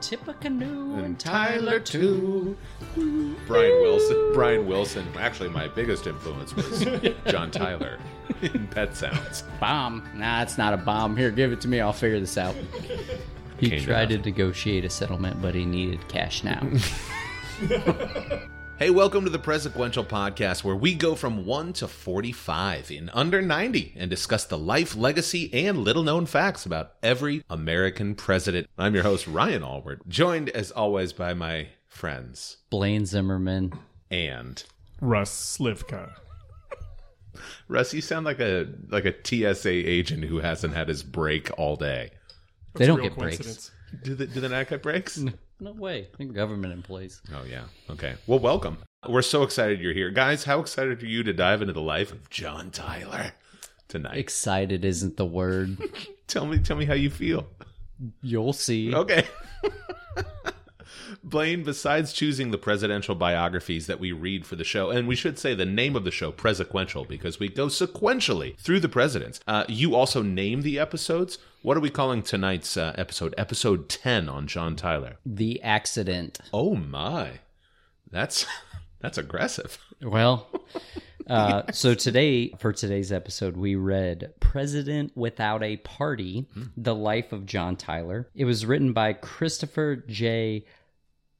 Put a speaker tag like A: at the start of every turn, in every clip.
A: Tippecanoe
B: and Tyler too. Brian Wilson. Brian Wilson. Actually, my biggest influence was John Tyler in Pet Sounds.
A: Bomb. Nah, it's not a bomb. Here, give it to me. I'll figure this out. He
B: Came to
A: tried to
B: nothing.
A: negotiate a settlement, but he needed cash now.
B: Hey, welcome to the Presequential Podcast, where we go from 1 to 45 in under 90 and discuss the life, legacy, and little known facts about every American president. I'm your host, Ryan Allward, joined as always by my friends
A: Blaine Zimmerman.
B: and.
C: Russ Slivka.
B: Russ, you sound like a like a TSA agent who hasn't had his break all day.
A: They don't
C: Real
A: get breaks.
C: coincidence.
B: Do the do the night cut breaks?
A: No way. They're government employees.
B: Oh yeah. Okay. Well, welcome. We're so excited you're here, guys. How excited are you to dive into the life of John Tyler tonight?
A: Excited isn't the word.
B: tell me, tell me how you feel.
A: You'll see.
B: Okay. Blaine, besides choosing the presidential biographies that we read for the show, and we should say the name of the show, Presequential, because we go sequentially through the presidents, uh, you also name the episodes. What are we calling tonight's uh, episode? Episode 10 on John Tyler.
A: The accident.
B: Oh, my. That's. That's aggressive.
A: Well, uh, so today, for today's episode, we read President Without a Party
B: Hmm.
A: The Life of John Tyler. It was written by Christopher J.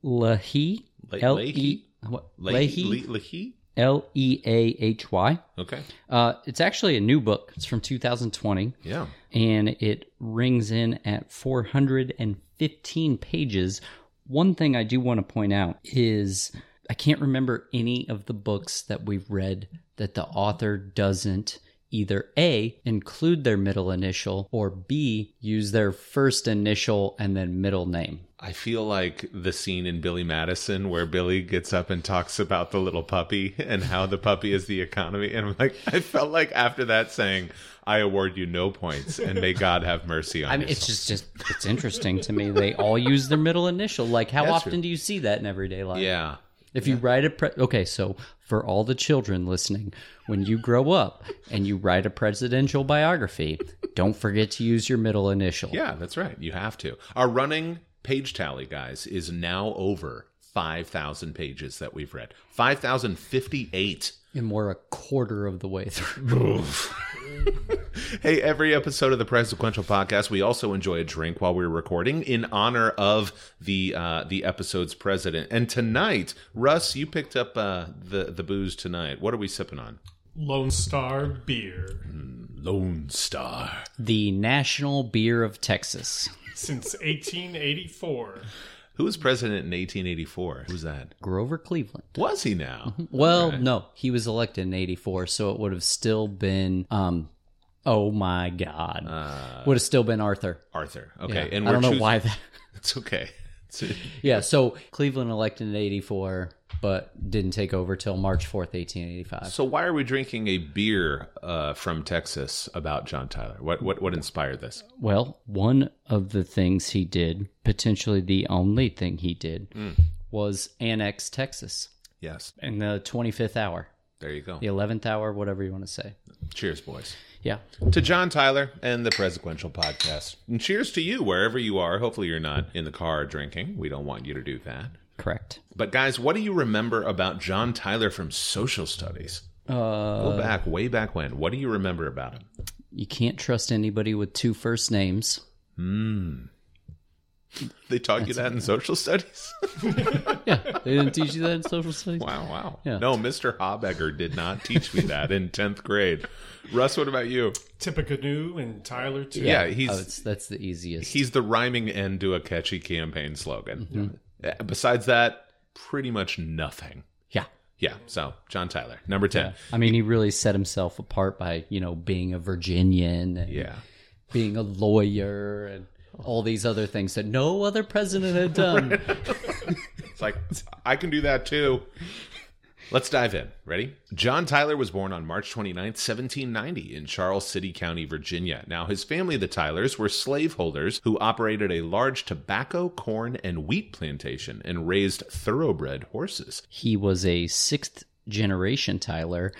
A: Leahy.
B: Le-
A: L E
B: Leahy?
A: what?
B: Le-
A: Leahy.
B: Leahy?
A: L E A H Y.
B: Okay.
A: Uh, It's actually a new book, it's from 2020
B: Yeah.
A: and it rings in at 415 pages. One thing I do want to point out is I can't remember any of the books that we've read that the author doesn't either A, include their middle initial, or B, use their first initial and then middle name.
B: I feel like the scene in Billy Madison where Billy gets up and talks about the little puppy and how the puppy is the economy. And I'm like, I felt like after that saying, I award you no points and may God have mercy on
A: I
B: you.
A: mean, it's just, just it's interesting to me. They all use their middle initial. Like, how
B: That's
A: often
B: true.
A: do you see that in everyday life?
B: yeah.
A: If you write a pre- okay, so for all the children listening, when you grow up and you write a presidential biography, don't forget to use your middle initial.
B: Yeah, that's right. You have to. Our running page tally, guys, is now over 5,000 pages that we've read. 5,058.
A: And we're a quarter of the way through.
B: Hey, every episode of the Presequential Podcast, we also enjoy a drink while we're recording in honor of the uh, the episode's president. And tonight, Russ, you picked up uh, the the booze tonight. What are we sipping on?
C: Lone Star Beer.
B: Lone Star.
A: the National Beer of Texas,
C: Since 1884.
B: Who was president in 1884? Who's that?
A: Grover Cleveland.
B: Was he now?
A: Well, no, he was elected in 84, so it would have still been um oh my god. would have still been Arthur.
B: Arthur. Uh, Okay,
A: Yeah.
B: and
A: I
B: we're
A: don't know
B: choos-
A: why that
B: It's okay. It's-
A: Yeah, so Cleveland elected in 84 but didn't take over till March 4th, 1885.
B: so, why are we drinking a beer uh, from Texas about John Tyler? What what what inspired this?
A: Well, one of the things he did, potentially the only thing he did, was annex Texas
B: Yes,
A: in the 25th hour,
B: there you go.
A: the 11th hour, whatever you want to say.
B: Cheers, boys.
A: Yeah.
B: to John Tyler and the Presequential Podcast. And cheers to you wherever you are. Hopefully, you're not in the car drinking. We don't want you to do that.
A: Correct.
B: But, guys, what do you remember about John Tyler from social studies? Uh, Go back, way back when. What do you remember about him?
A: You can't trust anybody with two first names.
B: They taught you that in social studies?
A: Yeah. They didn't teach you that in social studies?
B: wow, wow. No, Mr. Hobegger did not teach me that in 10th grade. Russ, what about you?
C: Tippecanoe and Tyler, too.
B: Yeah,
A: Oh,
B: he's
A: it's, that's the easiest.
B: he's the rhyming end to a catchy campaign slogan. Uh, Besides that, pretty much nothing.
A: Yeah.
B: Yeah, so John Tyler, number 10.
A: I mean, he really set himself apart by, you know, being a Virginian and
B: Yeah.
A: being a lawyer and all these other things that no other president had done.
B: It's like, I can do that too. Let's dive in. Ready? John Tyler was born on March 29th, 1790, in Charles City County, Virginia. Now, his family, the Tylers, were slaveholders who operated a large tobacco, corn, and wheat plantation and raised thoroughbred horses.
A: He was a sixth generation Tyler,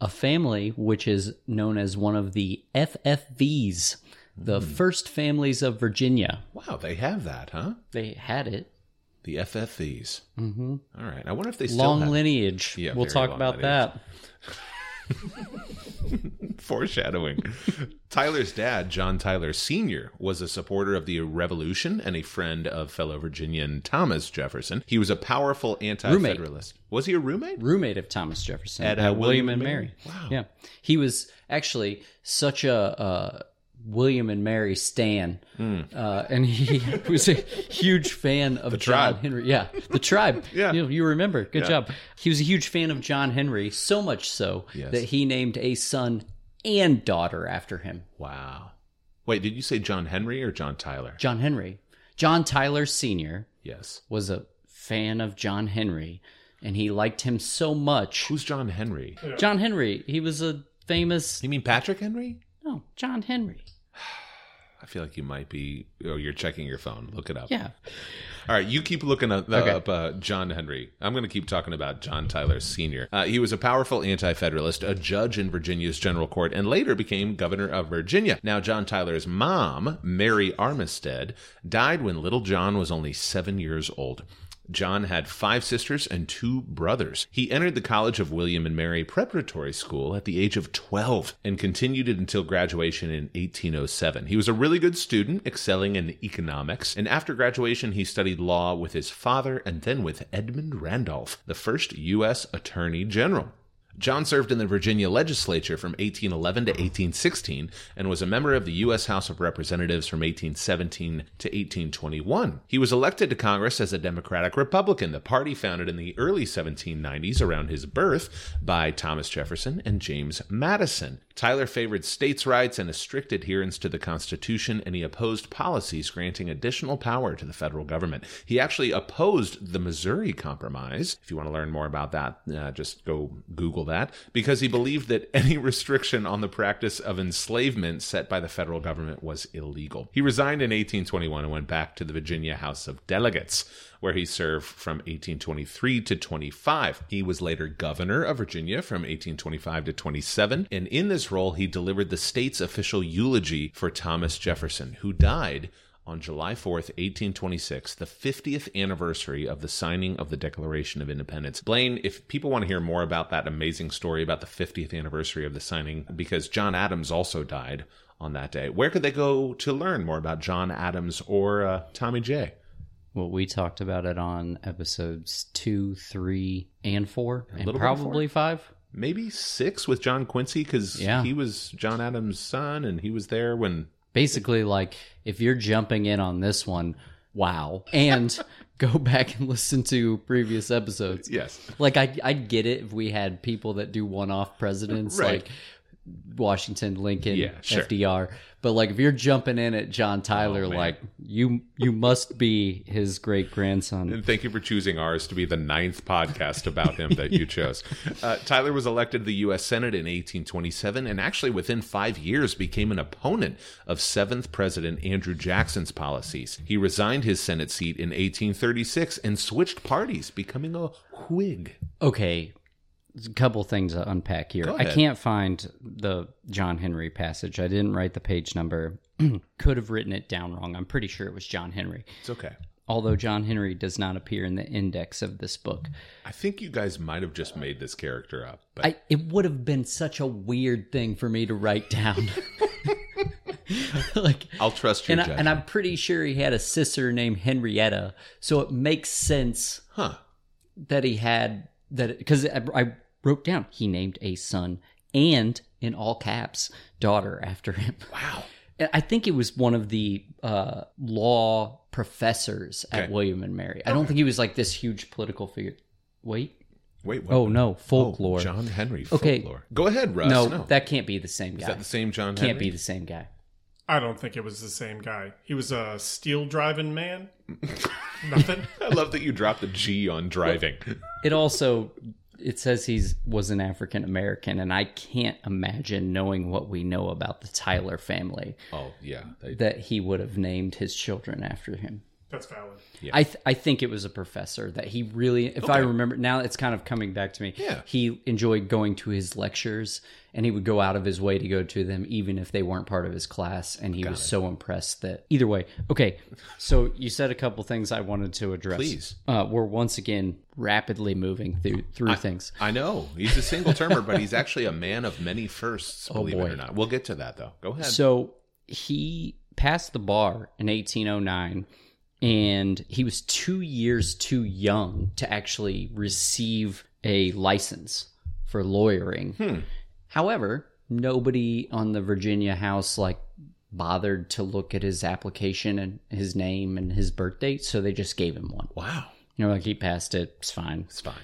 A: a family which is known as one of the FFVs,
B: Hmm.
A: The First Families of Virginia.
B: Wow, they have that, huh?
A: They had it.
B: The FFEs. Mm-hmm. right. I wonder if they still
A: Long
B: have
A: lineage.
B: Yeah,
A: we'll
B: very
A: talk
B: long
A: about
B: lineage.
A: that.
B: foreshadowing. Tyler's dad, John Tyler Sr., was a supporter of the Revolution and a friend of fellow Virginian Thomas Jefferson. He was a powerful anti-federalist. Was he a roommate?
A: Roommate of Thomas Jefferson
B: At,
A: at,
B: uh,
A: William and Mary. Wow. Yeah. He was actually such a uh, William and Mary Stan.
B: Hmm.
A: Uh, and he was a huge fan of John
B: tribe.
A: Henry. Yeah. The tribe.
B: Yeah.
A: You, you remember. Good job. He was a huge fan of John Henry, so much so
B: Yes.
A: that he named a son and daughter after him.
B: Wow. Wait, did you say John Henry or John Tyler?
A: John Henry. John Tyler Sr.
B: yes.
A: was a fan of John Henry and he liked him so much.
B: Who's John Henry?
A: John Henry, he was a famous
B: You mean Patrick Henry?
A: No, Oh, John Henry.
B: I feel like you might be. Oh, you're checking your phone. Look it up.
A: Yeah.
B: All right, you keep looking up,
A: Okay.
B: up uh, John Henry. I'm going to keep talking about John Tyler Sr. Uh, he was a powerful anti federalist, a judge in Virginia's general court, and later became governor of Virginia. Now, John Tyler's mom, Mary Armistead, died when little John was only seven years old. John had five sisters and two brothers. He entered the College of William and Mary Preparatory School at the age of 12 and continued it until graduation in 1807. He was a really good student, excelling in economics, and after graduation, he studied law with his father and then with Edmund Randolph, the first U.S. Attorney General. John served in the Virginia legislature from 1811 to 1816 and was a member of the U.S. House of Representatives from 1817 to 1821. He was elected to Congress as a Democratic Republican, the party founded in the early 1790s around his birth by Thomas Jefferson and James Madison. Tyler favored states' rights and a strict adherence to the Constitution, and he opposed policies granting additional power to the federal government. He actually opposed the Missouri Compromise. If you want to learn more about that, uh, just go Google that, because he believed that any restriction on the practice of enslavement set by the federal government was illegal. He resigned in 1821 and went back to the Virginia House of Delegates where he served from 1823 to 25. He was later governor of Virginia from 1825 to 27, and in this role, he delivered the state's official eulogy for Thomas Jefferson, who died on July 4th, 1826, the 50th anniversary of the signing of the Declaration of Independence. Blaine, if people want to hear more about that amazing story about the 50th anniversary of the signing, because John Adams also died on that day, where could they go to learn more about John Adams or uh, Tommy J?
A: Well, we talked about it on episodes two, three, and four, and
B: little bit of
A: probably five.
B: maybe six with John Quincy because
A: Yeah.
B: he was John Adams' son and he was there when.
A: Basically, like if you're jumping in on this one, wow. And go back and listen to previous episodes.
B: Yes.
A: Like I, I'd get it if we had people that do one-off presidents,
B: Right.
A: like Washington, Lincoln,
B: Yeah, sure. Oh,
A: FDR. But like if you're jumping in at John Tyler,
B: man.
A: like you, you must be his great grandson.
B: And thank you for choosing ours to be the ninth podcast about him that you chose. Uh, Tyler was elected to the U.S. Senate in 1827 and actually within five years became an opponent of 7th President Andrew Jackson's policies. He resigned his Senate seat in 1836 and switched parties, becoming a Whig.
A: Okay, there's a couple things to unpack here.
B: Go
A: I
B: ahead.
A: can't find the John Henry passage. I didn't write the page number. Could have written it down wrong. I'm pretty sure it was John Henry.
B: It's okay.
A: Although John Henry does not appear in the index of this book.
B: I think you guys might have just made this character up, but
A: I, it would have been such a weird thing for me to write down. like,
B: I'll trust your
A: and, I,
B: judgment.
A: and I'm pretty sure he had a sister named Henrietta, so it makes sense
B: huh.
A: that he had that because I, I wrote down he named a son and in all caps daughter after him.
B: Wow.
A: And I think it was one of the uh, law professors at
B: Okay.
A: William and Mary. I don't think he was like this huge political figure. Wait,
B: Wait, what?
A: oh no,
B: Oh,
A: folklore.
B: John Henry.
A: Okay.
B: Folklore. Go ahead, Russ.
A: no,
B: No,
A: that can't be the same guy.
B: is that the same John
A: Can't
B: Henry?
A: be the same guy.
C: I don't think it was the same guy. He was a steel driving man. Nothing.
B: I love that you dropped the G on driving.
A: It also it says he's was an African American, and I can't imagine knowing what we know about the Tyler family
B: oh, yeah. They-
A: that he would have named his children after him.
C: That's valid.
B: Yeah.
A: I th- I think it was a professor that he really, if I
B: Okay.
A: remember now, it's kind of coming back to me.
B: Yeah.
A: he enjoyed going to his lectures, and he would go out of his way to go to them, even if they weren't part of his class. And he was so impressed that either way. Okay, so you said a couple things I wanted to address.
B: Please.
A: uh, we're once again rapidly moving through through things.
B: I know he's a single termer, but he's actually a man of many firsts. Believe it
A: Oh, boy.
B: or not, we'll get to that though. Go ahead.
A: So he passed the bar in 1809, and he was two years too young to actually receive a license for lawyering. However, nobody on the Virginia House like bothered to look at his application and his name and his birth date, so they just gave him one.
B: wow,
A: You know, like he passed it, it's fine
B: it's fine.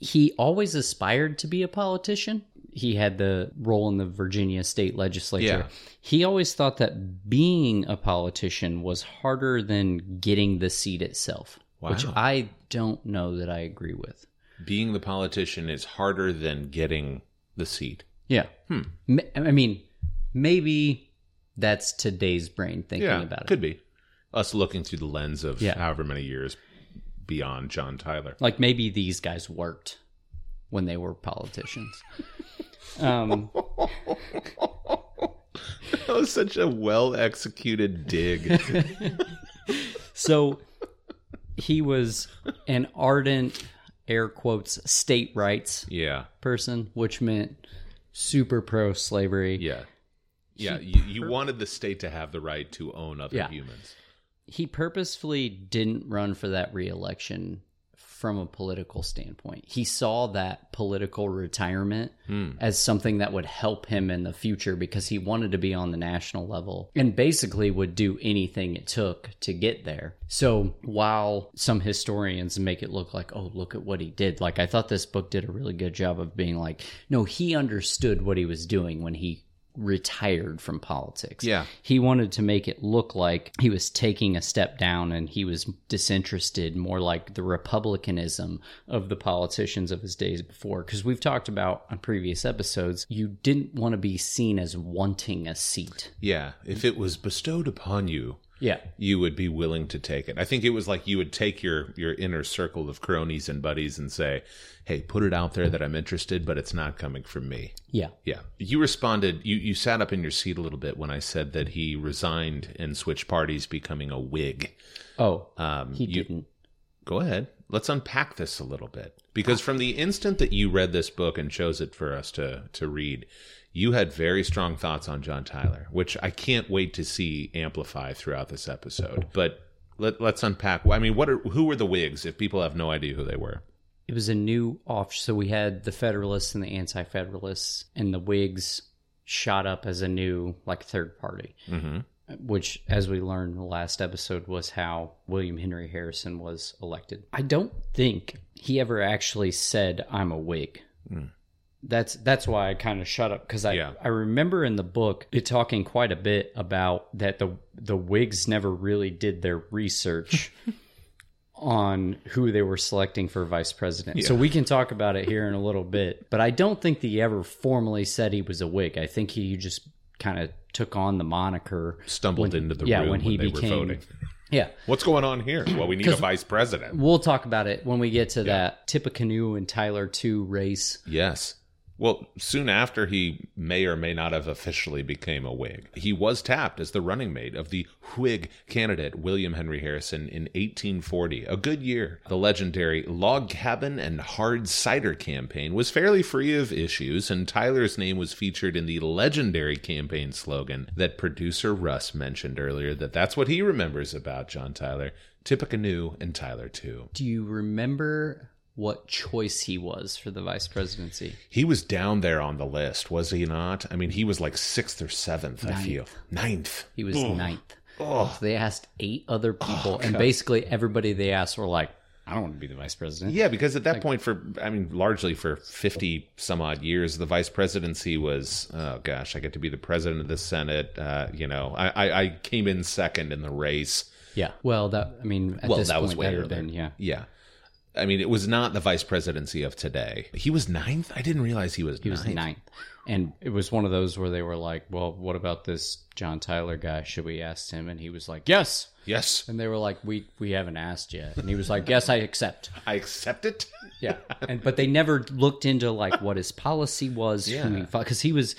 A: he always aspired to be a politician. He had the role in the Virginia state legislature.
B: Yeah.
A: He always thought that being a politician was harder than getting the seat itself, which
B: Wow.
A: I don't know that I agree with.
B: Being the politician is harder than getting the seat.
A: Yeah. Hmm.
B: Hmm.
A: M- I mean, maybe that's today's brain thinking
B: Yeah,
A: about it.
B: could be us looking through the lens of
A: Yeah.
B: however many years beyond John Tyler.
A: Like maybe these guys worked when they were politicians. um,
B: That was such a well executed dig.
A: So he was an ardent, air quotes, state rights
B: yeah,
A: person, which meant super pro slavery.
B: yeah, yeah. You, you wanted the state to have the right to own other
A: Yeah.
B: humans.
A: He purposefully didn't run for that reelection from a political standpoint. He saw that political retirement as something that would help him in the future because he wanted to be on the national level and basically would do anything it took to get there. So while some historians make it look like, oh, look at what he did, like I thought this book did a really good job of being like, no, he understood what he was doing when he retired from politics.
B: Yeah.
A: He wanted to make it look like he was taking a step down and he was disinterested, more like the republicanism of the politicians of his days before. Because we've talked about on previous episodes, you didn't want to be seen as wanting a seat.
B: Yeah, if it was bestowed upon you,
A: Yeah.
B: you would be willing to take it. I think it was like you would take your your inner circle of cronies and buddies and say, "Hey, put it out there that I'm interested, but it's not coming from me."
A: Yeah.
B: Yeah. You responded, you you sat up in your seat a little bit when I said that he resigned and switched parties becoming a Whig.
A: Oh,
B: Um
A: he
B: you,
A: didn't.
B: go ahead. Let's unpack this a little bit because from the instant that you read this book and chose it for us to to read, you had very strong thoughts on John Tyler, which I can't wait to see amplify throughout this episode. But let, let's unpack. I mean, what are who were the Whigs? If people have no idea who they were,
A: It was a new off. So we had the Federalists and the Anti Federalists, and the Whigs shot up as a new, like, third party.
B: mm-hmm.
A: which, as we learned in the last episode, was how William Henry Harrison was elected. I don't think he ever actually said, "I'm a Whig." That's that's why I kind of shut up because I
B: Yeah.
A: I remember in the book it talking quite a bit about that the the Whigs never really did their research. On who they were selecting for vice president. So we can talk about it here in a little bit, but I don't think that he ever formally said he was a Whig. I think he just kind of took on the moniker
B: stumbled into the
A: yeah,
B: room
A: when
B: when,
A: he
B: they
A: became-
B: were voting.
A: Yeah.
B: What's going on here? Well, we need a vice president.
A: We'll talk about it when we get to that Tippecanoe and Tyler 2 race.
B: Yes. Well, soon after he may or may not have officially became a Whig, he was tapped as the running mate of the Whig candidate William Henry Harrison in 1840, a good year. The legendary log cabin and hard cider campaign was fairly free of issues, and Tyler's name was featured in the legendary campaign slogan that producer Russ mentioned earlier. That that's what he remembers about John Tyler, Tippecanoe, and Tyler too.
A: Do you remember what choice he was for the vice presidency?
B: He was down there on the list, was he not? I mean, he was like sixth or seventh, I feel. Ninth.
A: He was ninth. So they asked eight other
B: Oh,
A: people, and basically everybody they asked were like, I don't want to be the vice president.
B: Yeah, because at that point, for, I mean, largely for 50 some odd years, the vice presidency was, oh gosh, I get to be the president of the Senate. Uh, you know, I, I, I came in second in the race.
A: Yeah. Well, that, I mean, at
B: Well,
A: this
B: that
A: point,
B: was way
A: that had
B: earlier.
A: been, yeah.
B: Yeah. I mean, it was not the vice presidency of today. He was ninth. I didn't realize he was
A: He
B: ninth.
A: was ninth. And it was one of those where they were like, well, what about this John Tyler guy? Should we ask him? And he was like, yes.
B: Yes,
A: And they were like, we, we haven't asked yet. And he was like, yes, I accept.
B: I accept it.
A: Yeah. And, but they never looked into like what his policy was. Yeah. Because he was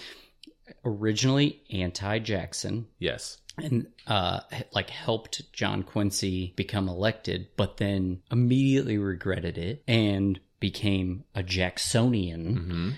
A: originally anti Jackson
B: yes,
A: and uh, like helped John Quincy become elected, but then immediately regretted it and became a Jacksonian,
B: Mm-hmm.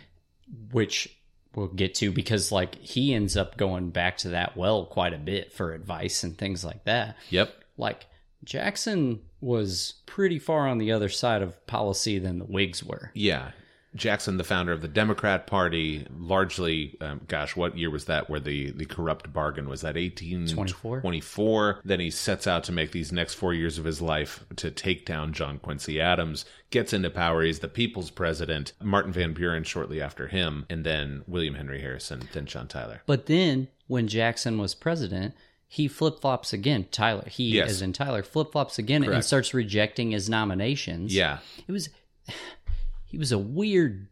A: which we'll get to because like he ends up going back to that well quite a bit for advice and things like that.
B: yep.
A: Like Jackson was pretty far on the other side of policy than the Whigs were.
B: Yeah. Jackson, the founder of the Democrat Party, largely, um, gosh, what year was that? Where the, the corrupt bargain was that
A: 24?
B: 1824. Then he sets out to make these next four years of his life to take down John Quincy Adams, gets into power. He's the people's president, Martin Van Buren shortly after him, and then William Henry Harrison, then John Tyler.
A: But then when Jackson was president, he flip flops again. Tyler, he
B: Yes.
A: as in Tyler, flip flops again and
B: Correct.
A: starts rejecting his nominations.
B: Yeah.
A: it was he was a weird,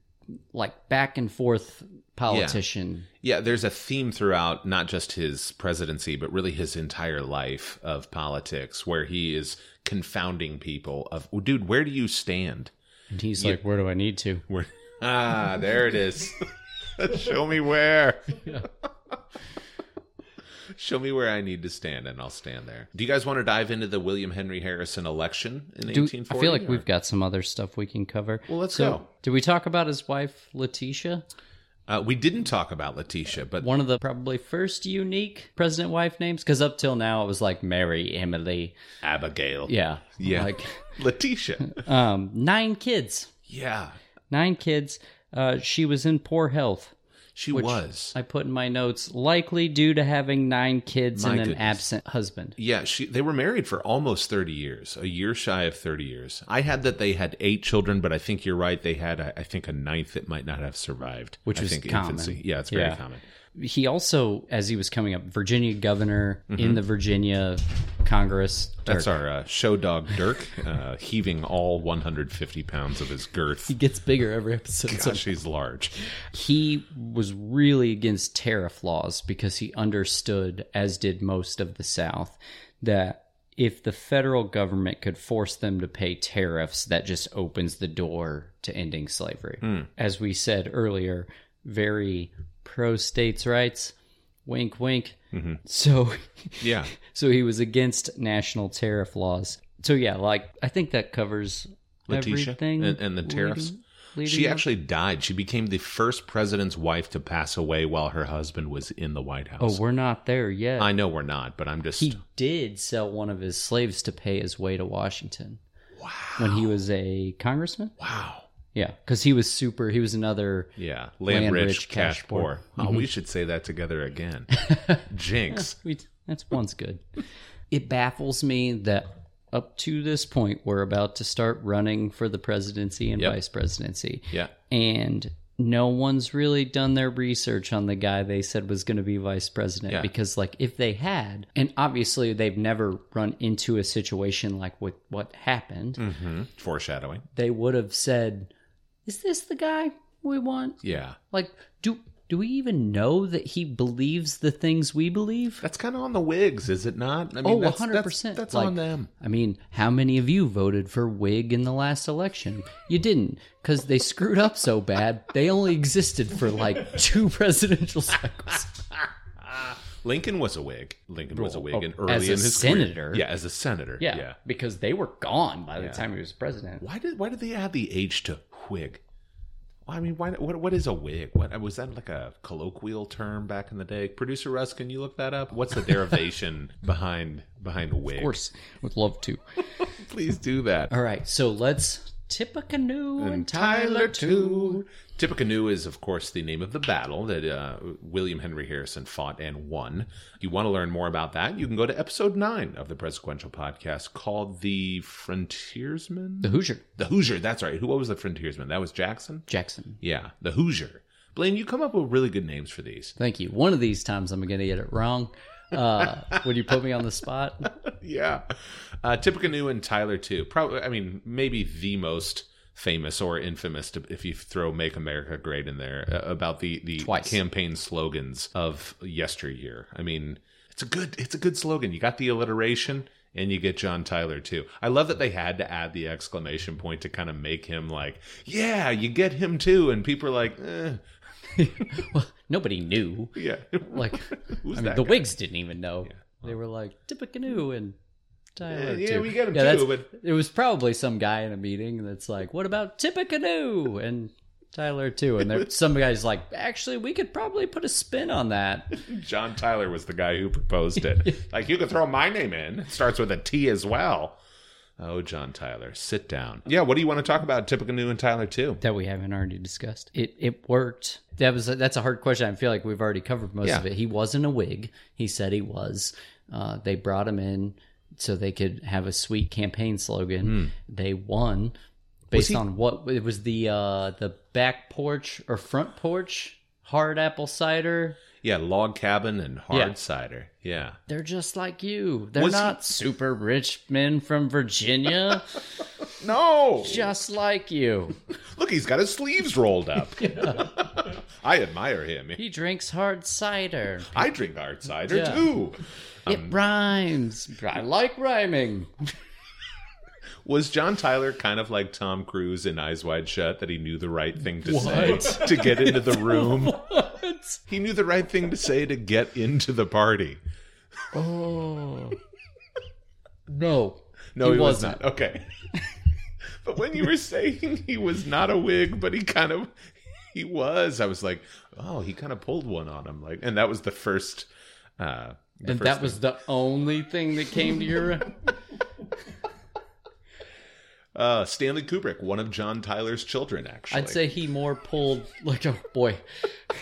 A: like back and forth politician.
B: Yeah, there's a theme throughout not just his presidency, but really his entire life of politics where he is confounding people of, "Well, dude, where do you stand?
A: And he's like, "Where do I need to?"
B: Where- ah, there it is. Show me where. Show me where I need to stand, and I'll stand there. Do you guys want to dive into the William Henry Harrison election in
A: Do,
B: 1840?
A: I feel like
B: or-
A: we've got some other stuff we can cover.
B: Well, let's
A: so,
B: go.
A: Did we talk about his wife, Letitia?
B: uh, we didn't talk about Letitia, but
A: One of the probably first unique president wife names? Because up till now it was like Mary, Emily.
B: Abigail.
A: Yeah.
B: yeah,
A: Like
B: Letitia.
A: um, nine kids.
B: Yeah,
A: nine kids. Uh, she was in poor health.
B: she was.
A: I put in my notes, likely due to having nine kids
B: My
A: and an
B: goodness.
A: absent husband.
B: Yeah, she they were married for almost 30 years, a year shy of 30 years. I had that they had eight children, but I think you're right. They had, a, I think, a ninth that might not have survived.
A: Which
B: I
A: is
B: think
A: common.
B: Yeah, it's very
A: Yeah.
B: common.
A: He also, as he was coming up, Virginia governor in the Virginia Congress.
B: That's our uh, show dog Dirk, uh, heaving all 150 pounds of his girth.
A: He gets bigger every episode. so-
B: Gosh, he's large.
A: he was really against tariff laws because he understood, as did most of the South, that if the federal government could force them to pay tariffs, that just opens the door to ending slavery.
B: Hmm.
A: As we said earlier, very pro states' rights. Wink, wink.
B: Mm-hmm.
A: So
B: Yeah,
A: so he was against national tariff laws. So yeah, like I think that covers
B: Letitia
A: everything.
B: and, and the tariffs.
A: leading- leading
B: She
A: up-
B: actually died. She became the first president's wife to pass away while her husband was in the White
A: Oh,
B: House.
A: we're not there yet.
B: I know we're not, but I'm just.
A: He did sell one of his slaves to pay his way to Washington. Wow. When he was a congressman?
B: wow.
A: Yeah, because he was super. He was another.
B: Yeah, land,
A: Land
B: rich,
A: rich,
B: cash
A: cash
B: poor. Oh, we should say that together again. Jinx.
A: We, that's one's good. it baffles me that up to this point, we're about to start running for the presidency and
B: Yep.
A: vice presidency.
B: Yeah,
A: And no one's really done their research on the guy they said was going to be vice president
B: Yeah.
A: because, like, if they had, and obviously they've never run into a situation like with what happened.
B: hmm foreshadowing.
A: they would have said, "Is this the guy we want?"
B: Yeah,
A: Like, do do we even know that he believes the things we believe?
B: that's kind of on the Whigs, is it not? I mean,
A: Oh,
B: that's- that's-
A: 100%,
B: That's
A: like-
B: on them.
A: I mean, how many of you voted for Whig in the last election? You didn't, because they screwed up so bad. They only existed for like two presidential cycles.
B: Lincoln was a Whig. Lincoln was a Whig,
A: oh,
B: and early
A: as a
B: in his
A: senator.
B: Career. Yeah, as a senator.
A: Yeah,
B: Yeah.
A: because they were gone by the time he was president.
B: Why did Why did they add the H to Whig? Well, I mean, why, what what is a Whig? What was that like a colloquial term back in the day? Producer Russ, can you look that up? What's the derivation behind behind Whig?
A: Of course, would love to.
B: please do that.
A: All right, so let's tip a canoe and,
B: Tyler
A: Tyler too.
B: too. Tippecanoe is, of course, the name of the battle that uh, William Henry Harrison fought and won. If you want to learn more about that, you can go to episode nine of the Consequential podcast called "The Frontiersman."
A: The Hoosier
B: The Hoosier. That's right. Who what was the Frontiersman? That was Jackson.
A: Jackson.
B: Yeah, the Hoosier. Blaine, you come up with really good names for these.
A: Thank you. One of these times I'm going to get it wrong. Uh, when you put me on the spot,
B: yeah. Uh, Tippecanoe and Tyler too. Probably, I mean, maybe the most famous or infamous, to, if you throw "Make America Great" in there, uh, about the the
A: Twice.
B: campaign slogans of yesteryear. I mean, it's a good it's a good slogan. You got the alliteration, and you get John Tyler too. I love that they had to add the exclamation point to kind of make him like, yeah, you get him too. And people are like, eh,
A: well, nobody knew.
B: yeah,
A: Like,
B: who's
A: I mean,
B: that?
A: the
B: guy?
A: Whigs didn't even know. they were like Tippecanoe and Tyler.
B: Yeah, yeah,
A: too.
B: we got him
A: that's-
B: too, but-
A: it was probably some guy in a meeting that's like, "What about Tippecanoe and Tyler too?" And there, some guy's like, "Actually, we could probably put a spin on that."
B: John Tyler was the guy who proposed it. like, you could throw my name in. It starts with a T as well. Oh, John Tyler, sit down. Yeah, what do you want to talk about? Tippecanoe and Tyler too.
A: that we haven't already discussed. It it worked. That was that's a hard question. I feel like we've already covered most
B: Yeah.
A: of it. He wasn't a Whig. He said he was. Uh, they brought him in so they could have a sweet campaign
B: Hmm.
A: slogan. They won based on what it was the uh, the back porch or front porch hard apple cider.
B: Yeah, log cabin and hard
A: Yeah.
B: cider. Yeah.
A: They're just like you. They're
B: Was he-
A: not super rich men from Virginia,
B: No.
A: just like you.
B: Look, he's got his sleeves rolled up. I admire him.
A: He drinks hard cider.
B: I drink hard cider
A: Yeah.
B: too.
A: it rhymes. I like rhyming.
B: Was John Tyler kind of like Tom Cruise in Eyes Wide Shut that he knew the right thing to say to get into the room?
A: What?
B: He knew the right thing to say to get into the party.
A: Oh. No.
B: No,
A: He
B: he, was
A: wasn't.
B: not. Okay. but when you were saying he was not a wig, but he kind of he was, I was like, oh, he kind of pulled one on him. Like, and that was the first. Uh, the
A: and
B: first
A: that was the only thing that came to your.
B: uh, Stanley Kubrick, one of John Tyler's children. Actually,
A: I'd say he more pulled like oh boy,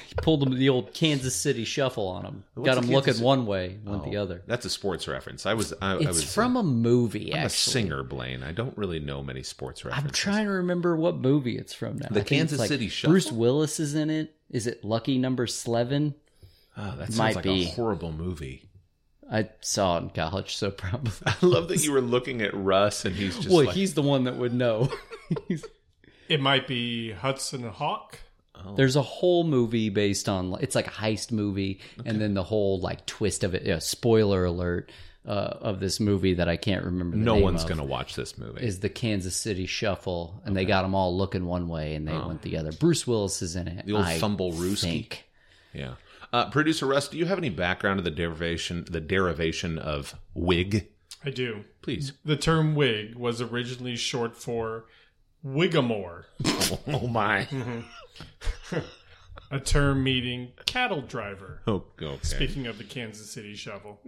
A: he pulled him the old Kansas City shuffle on him.
B: What's
A: Got
B: the
A: him
B: Kansas
A: looking
B: City-
A: one way, went the
B: Oh,
A: other.
B: That's a sports reference. I was. I, I
A: It's
B: was
A: from a movie.
B: I'm a
A: actually,
B: singer, Blaine. I don't really know many sports
A: I'm
B: references.
A: trying to remember what movie it's from now. I
B: The
A: think it's
B: Kansas
A: like
B: City
A: Bruce
B: Shuffle?
A: Willis is in it. Is it Lucky Number Eleven?
B: Oh, that sounds
A: Might
B: like
A: be.
B: a horrible movie.
A: I saw it in college, so probably.
B: I love that you were looking at Russ, and he's just
A: Well,
B: like,
A: he's the one that would know.
C: It might be Hudson Hawk.
B: Oh.
A: There's a whole movie based on it's like a heist movie, and then the whole like twist of it. Yeah, spoiler alert uh, of this movie that I can't remember. The
B: "No
A: name
B: one's
A: of,
B: going to watch this movie."
A: is the Kansas City Shuffle, and they got them all looking one way, and they went the other. Bruce Willis is in it.
B: Oh. The old
A: I
B: fumble rooski.
A: think.
B: Yeah. Uh, Producer Russ, do you have any background of the derivation the derivation of wig?
C: I do.
B: Please.
C: The term wig was originally short for wigamore,
B: oh my.
C: a term meaning cattle driver.
B: Oh, okay.
C: Speaking of the Kansas City shovel,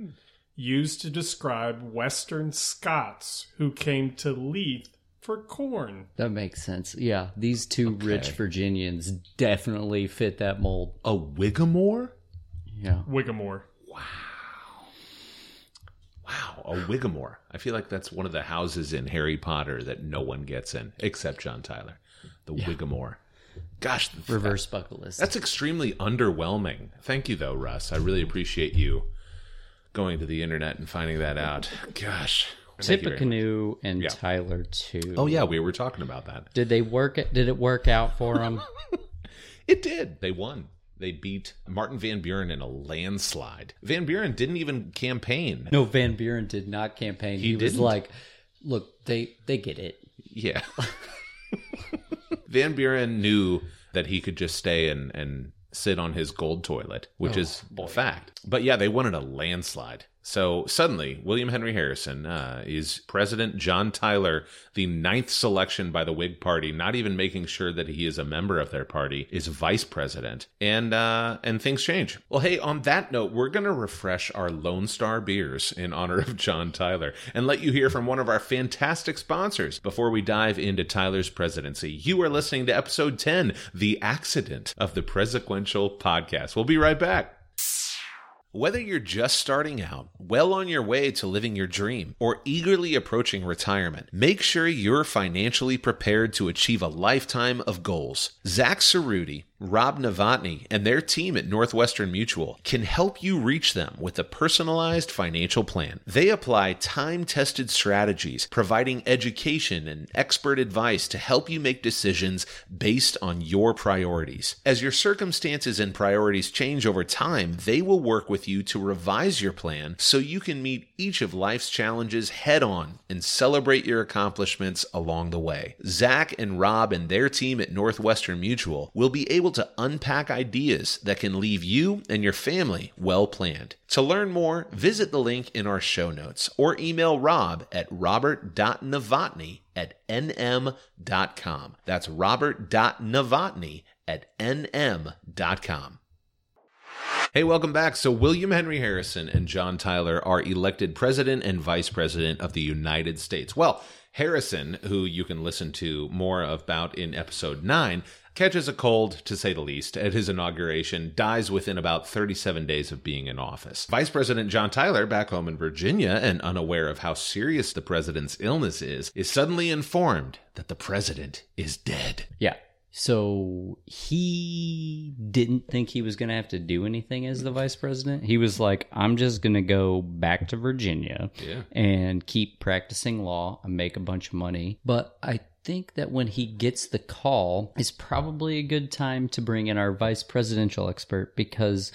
C: used to describe Western Scots who came to Leith for corn.
A: That makes sense. Yeah, these two rich Virginians definitely fit that mold.
B: A wigamore?
A: Yeah,
C: Wigamore.
B: Wow, a wigamore. I feel like that's one of the houses in Harry Potter that no one gets in except John Tyler. The wigamore. Gosh, th-
A: reverse bucket list.
B: that's extremely underwhelming. Thank you though, Russ. I really appreciate you going to the internet and finding that out. Gosh. Thank you very much.
A: Tippecanoe and Tyler too.
B: Oh yeah, we were talking about that.
A: Did they work? It, did it work out for them?
B: It did. They won. They beat Martin Van Buren in a landslide. Van Buren didn't even campaign.
A: No, Van Buren did not campaign. He, was
B: didn't.
A: like, "Look, they they get it.
B: Yeah. Van Buren knew that he could just stay and, and sit on his gold toilet, which is a fact. But yeah, they won in a landslide. So suddenly, William Henry Harrison uh, is President John Tyler, the ninth selection by the Whig Party, not even making sure that he is a member of their party, is vice president. And uh, and things change. Well, hey, on that note, we're going to refresh our Lone Star beers in honor of John Tyler and let you hear from one of our fantastic sponsors before we dive into Tyler's presidency. You are listening to episode 10, The Accident of the Presequential Podcast. We'll be right back. Whether you're just starting out, well on your way to living your dream, or eagerly approaching retirement, make sure you're financially prepared to achieve a lifetime of goals. Zach Cerruti Rob Novotny and their team at Northwestern Mutual can help you reach them with a personalized financial plan. They apply time tested strategies, providing education and expert advice to help you make decisions based on your priorities. As your circumstances and priorities change over time, they will work with you to revise your plan so you can meet each of life's challenges head on and celebrate your accomplishments along the way. Zach and Rob and their team at Northwestern Mutual will be able to unpack ideas that can leave you and your family well planned. To learn more, visit the link in our show notes or email Rob at robert.novotny at nm.com. That's robert.novotny at nm.com. Hey, welcome back. So, William Henry Harrison and John Tyler are elected president and vice president of the United States. Well, Harrison, who you can listen to more about in episode 9, catches a cold, to say the least, at his inauguration, dies within about 37 days of being in office. Vice President John Tyler, back home in Virginia and unaware of how serious the president's illness is, is suddenly informed that the president is dead.
A: Yeah. So he didn't think he was going to have to do anything as the vice president. He was like, I'm just going to go back to Virginia
B: Yeah.
A: and keep practicing law and make a bunch of money. But I think that when he gets the call is probably a good time to bring in our vice presidential expert because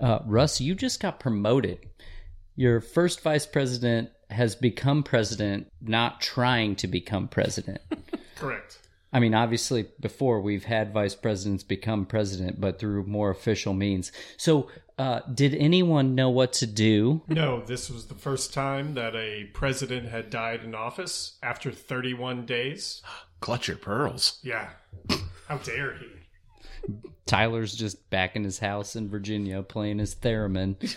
A: uh, Russ, you just got promoted. Your first vice president has become president, not trying to become president.
C: Correct.
A: I mean, obviously, before we've had vice presidents become president, but through more official means. So, uh, did anyone know what to do?
C: No, this was the first time that a president had died in office after 31 days.
B: Clutch your pearls.
C: Yeah. How dare he?
A: Tyler's just back in his house in Virginia playing his theremin.
B: He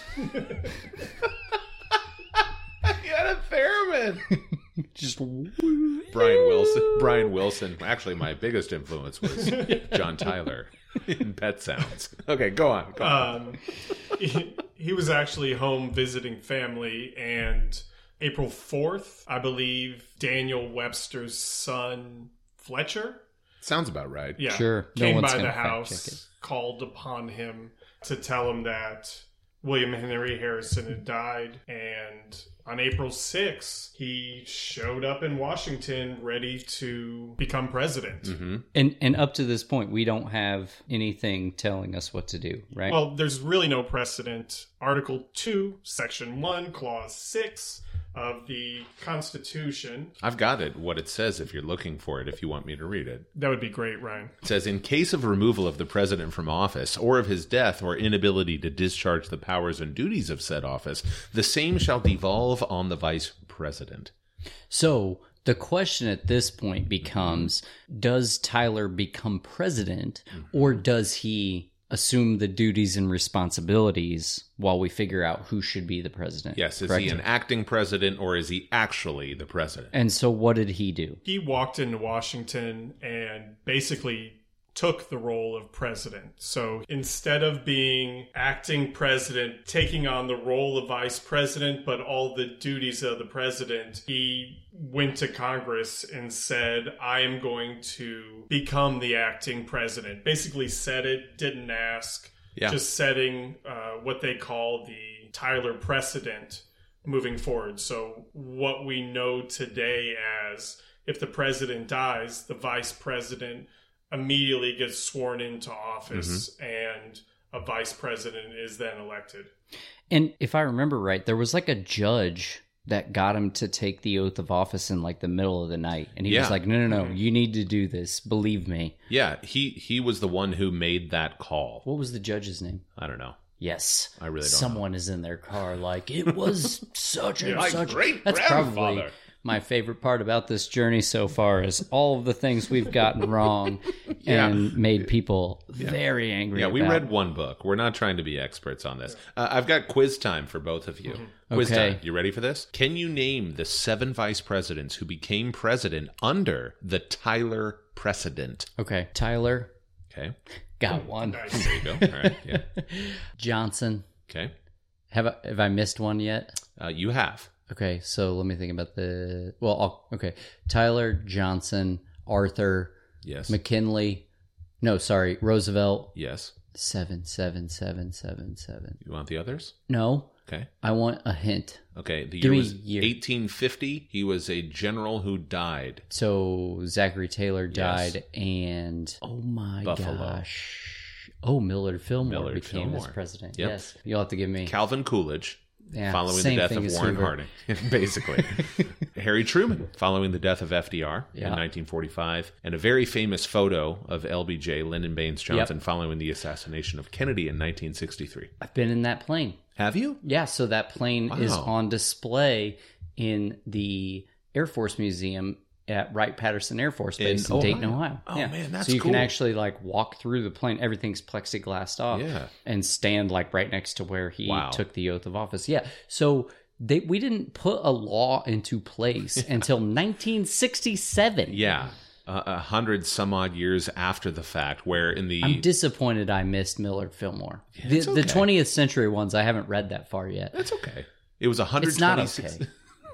B: had a theremin.
A: just
B: Brian Wilson. Brian Wilson. Actually, my biggest influence was John Tyler in Pet Sounds. Okay, go on. Go on.
C: Um, he, he was actually home visiting family, and April 4th, I believe, Daniel Webster's son, Fletcher,
B: Sounds about right.
C: yeah,
A: Sure. No
C: came
A: one's
C: by
A: gonna
C: the
A: fact check
C: house, called upon him to tell him that William Henry Harrison had died, and on April 6th, he showed up in Washington ready to become president.
A: Mm-hmm.
B: hmm
A: and and up to this point, we don't have anything telling us what to do, right?
C: Well, there's really no precedent. Article 2, Section 1, Clause 6 of the Constitution.
B: I've got it, what it says if you're looking for it, if you want me to read it.
C: That would be great, Ryan.
B: It says in case of removal of the president from office or of his death or inability to discharge the powers and duties of said office the same shall devolve on the vice president
A: so the question at this point becomes: Does Tyler become president,
B: Mm-hmm.
A: or does he? Assume the duties and responsibilities while we figure out who should be the president.
B: yes is
A: correct?
B: he an acting president or is he actually the president
A: And so, what did he do?
C: He walked into Washington and basically took the role of president. So instead of being acting president, taking on the role of vice president, but all the duties of the president, he went to Congress and said, I am going to become the acting president. Basically, said it, didn't ask,
B: Yeah.
C: just setting uh, what they call the Tyler precedent moving forward. So, what we know today as if the president dies, the vice president immediately gets sworn into office and a vice president is then elected.
A: And if I remember right, there was like a judge that got him to take the oath of office in like the middle of the night. And he
B: Yeah.
A: was like, no, no, no, you need to do this. Believe me.
B: yeah he he was the one who made that call
A: What was the judge's name?
B: i don't know
A: Yes.
B: I really don't
A: Someone is in their car like, it was such and
C: My
A: such.
B: great
A: That's probably
B: grandfather.
A: my favorite part about this journey so far is all of the things we've gotten wrong and made people very angry
B: yeah we
A: about.
B: read one book we're not trying to be experts on this uh, i've got quiz time for both of you quiz
A: Mm-hmm. Okay.
B: time you ready for this can you name the seven vice presidents who became president under the tyler precedent
A: Okay. Tyler
B: okay
A: got one.
C: Nice.
B: There you go. All right. Yeah.
A: Johnson.
B: Okay.
A: Have I, have I missed one yet?
B: Uh, you have.
A: Okay, so let me think about the. Well, I'll, okay, Tyler Johnson, Arthur
B: Yes.
A: McKinley, No, sorry, Roosevelt
B: Yes.
A: seven seven seven seven seven.
B: You want the others?
A: No,
B: Okay.
A: I want a hint.
B: Okay. The
A: Give
B: year
A: me
B: was
A: a year.
B: 1850. He was a general who died.
A: So Zachary Taylor
B: Yes.
A: died, and oh my
B: Buffalo.
A: gosh, oh Millard Fillmore
B: Millard
A: became his
B: Fillmore.
A: president.
B: Yep.
A: Yes, you'll have to give me
B: Calvin Coolidge.
A: yeah,
B: following the
A: same
B: death
A: thing
B: of
A: as
B: Warren
A: Hoover.
B: Harding, basically. Harry Truman, following the death of FDR
A: Yeah.
B: in 1945, and a very famous photo of LBJ, Lyndon Baines Johnson, following the assassination of Kennedy in 1963.
A: I've been in that plane.
B: Have you?
A: Yeah, so that plane is
B: Wow.
A: on display in the Air Force Museum at Wright Patterson Air Force Base in,
B: Ohio.
A: Dayton, Ohio.
B: Oh, man, that's
A: so you
B: cool.
A: can actually like walk through the plane. Everything's plexiglassed off,
B: Yeah.
A: and stand like right next to where he
B: Wow.
A: took the oath of office. Yeah, so. They, we didn't put a law into place until 1967.
B: Yeah. Uh, a hundred some odd years after the fact, where in the
A: I'm disappointed I missed Millard Fillmore. The,
B: it's
A: the
B: okay.
A: 20th century ones, I haven't read that far yet.
B: That's okay. It was
A: It's not
B: 126,
A: okay.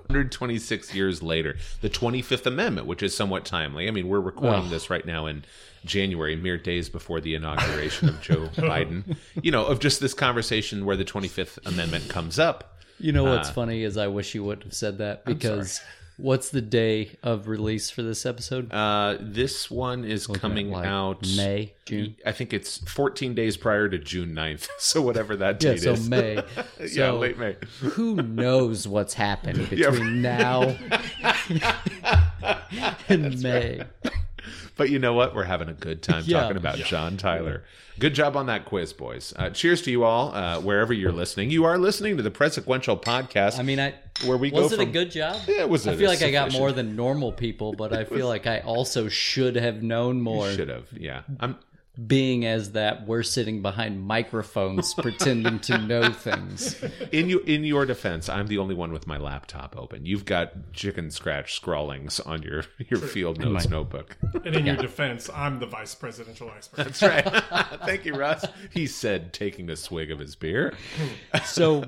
B: 126 years later. The 25th Amendment, which is somewhat timely. I mean, we're recording
A: Ugh.
B: this right now in January, mere days before the inauguration of Joe Biden. You know, of just this conversation where the 25th Amendment comes up.
A: You know
B: Uh,
A: what's funny is I wish you wouldn't have said that because what's the day of release for this episode?
B: Uh, this one is coming
A: Like
B: out.
A: May, June.
B: I think it's 14 days prior to June 9th. So, whatever that
A: Yeah,
B: date
A: so
B: is.
A: May.
B: yeah,
A: So
B: late May.
A: who knows what's happened between now and May?
B: But you know what? We're having a good time
A: Yeah.
B: talking about John Tyler. Good job on that quiz, boys. Uh, cheers to you all, uh, wherever you're listening. You are listening to the Presequential podcast.
A: I mean, I
B: where we
A: was
B: go
A: it
B: from-
A: a good job?
B: Yeah, it was
A: I
B: a
A: feel like I got
B: sufficient-
A: more than normal people, but I feel like I also should have known more.
B: should have. Yeah, I'm.
A: Being as that we're sitting behind microphones pretending to know things.
B: In you, in your defense, I'm the only one with my laptop open. You've got chicken scratch scrawlings on your your field notes notebook.
C: And in your defense, I'm the vice presidential expert.
B: That's right. Thank you, Russ. He said, taking a swig of his beer.
A: So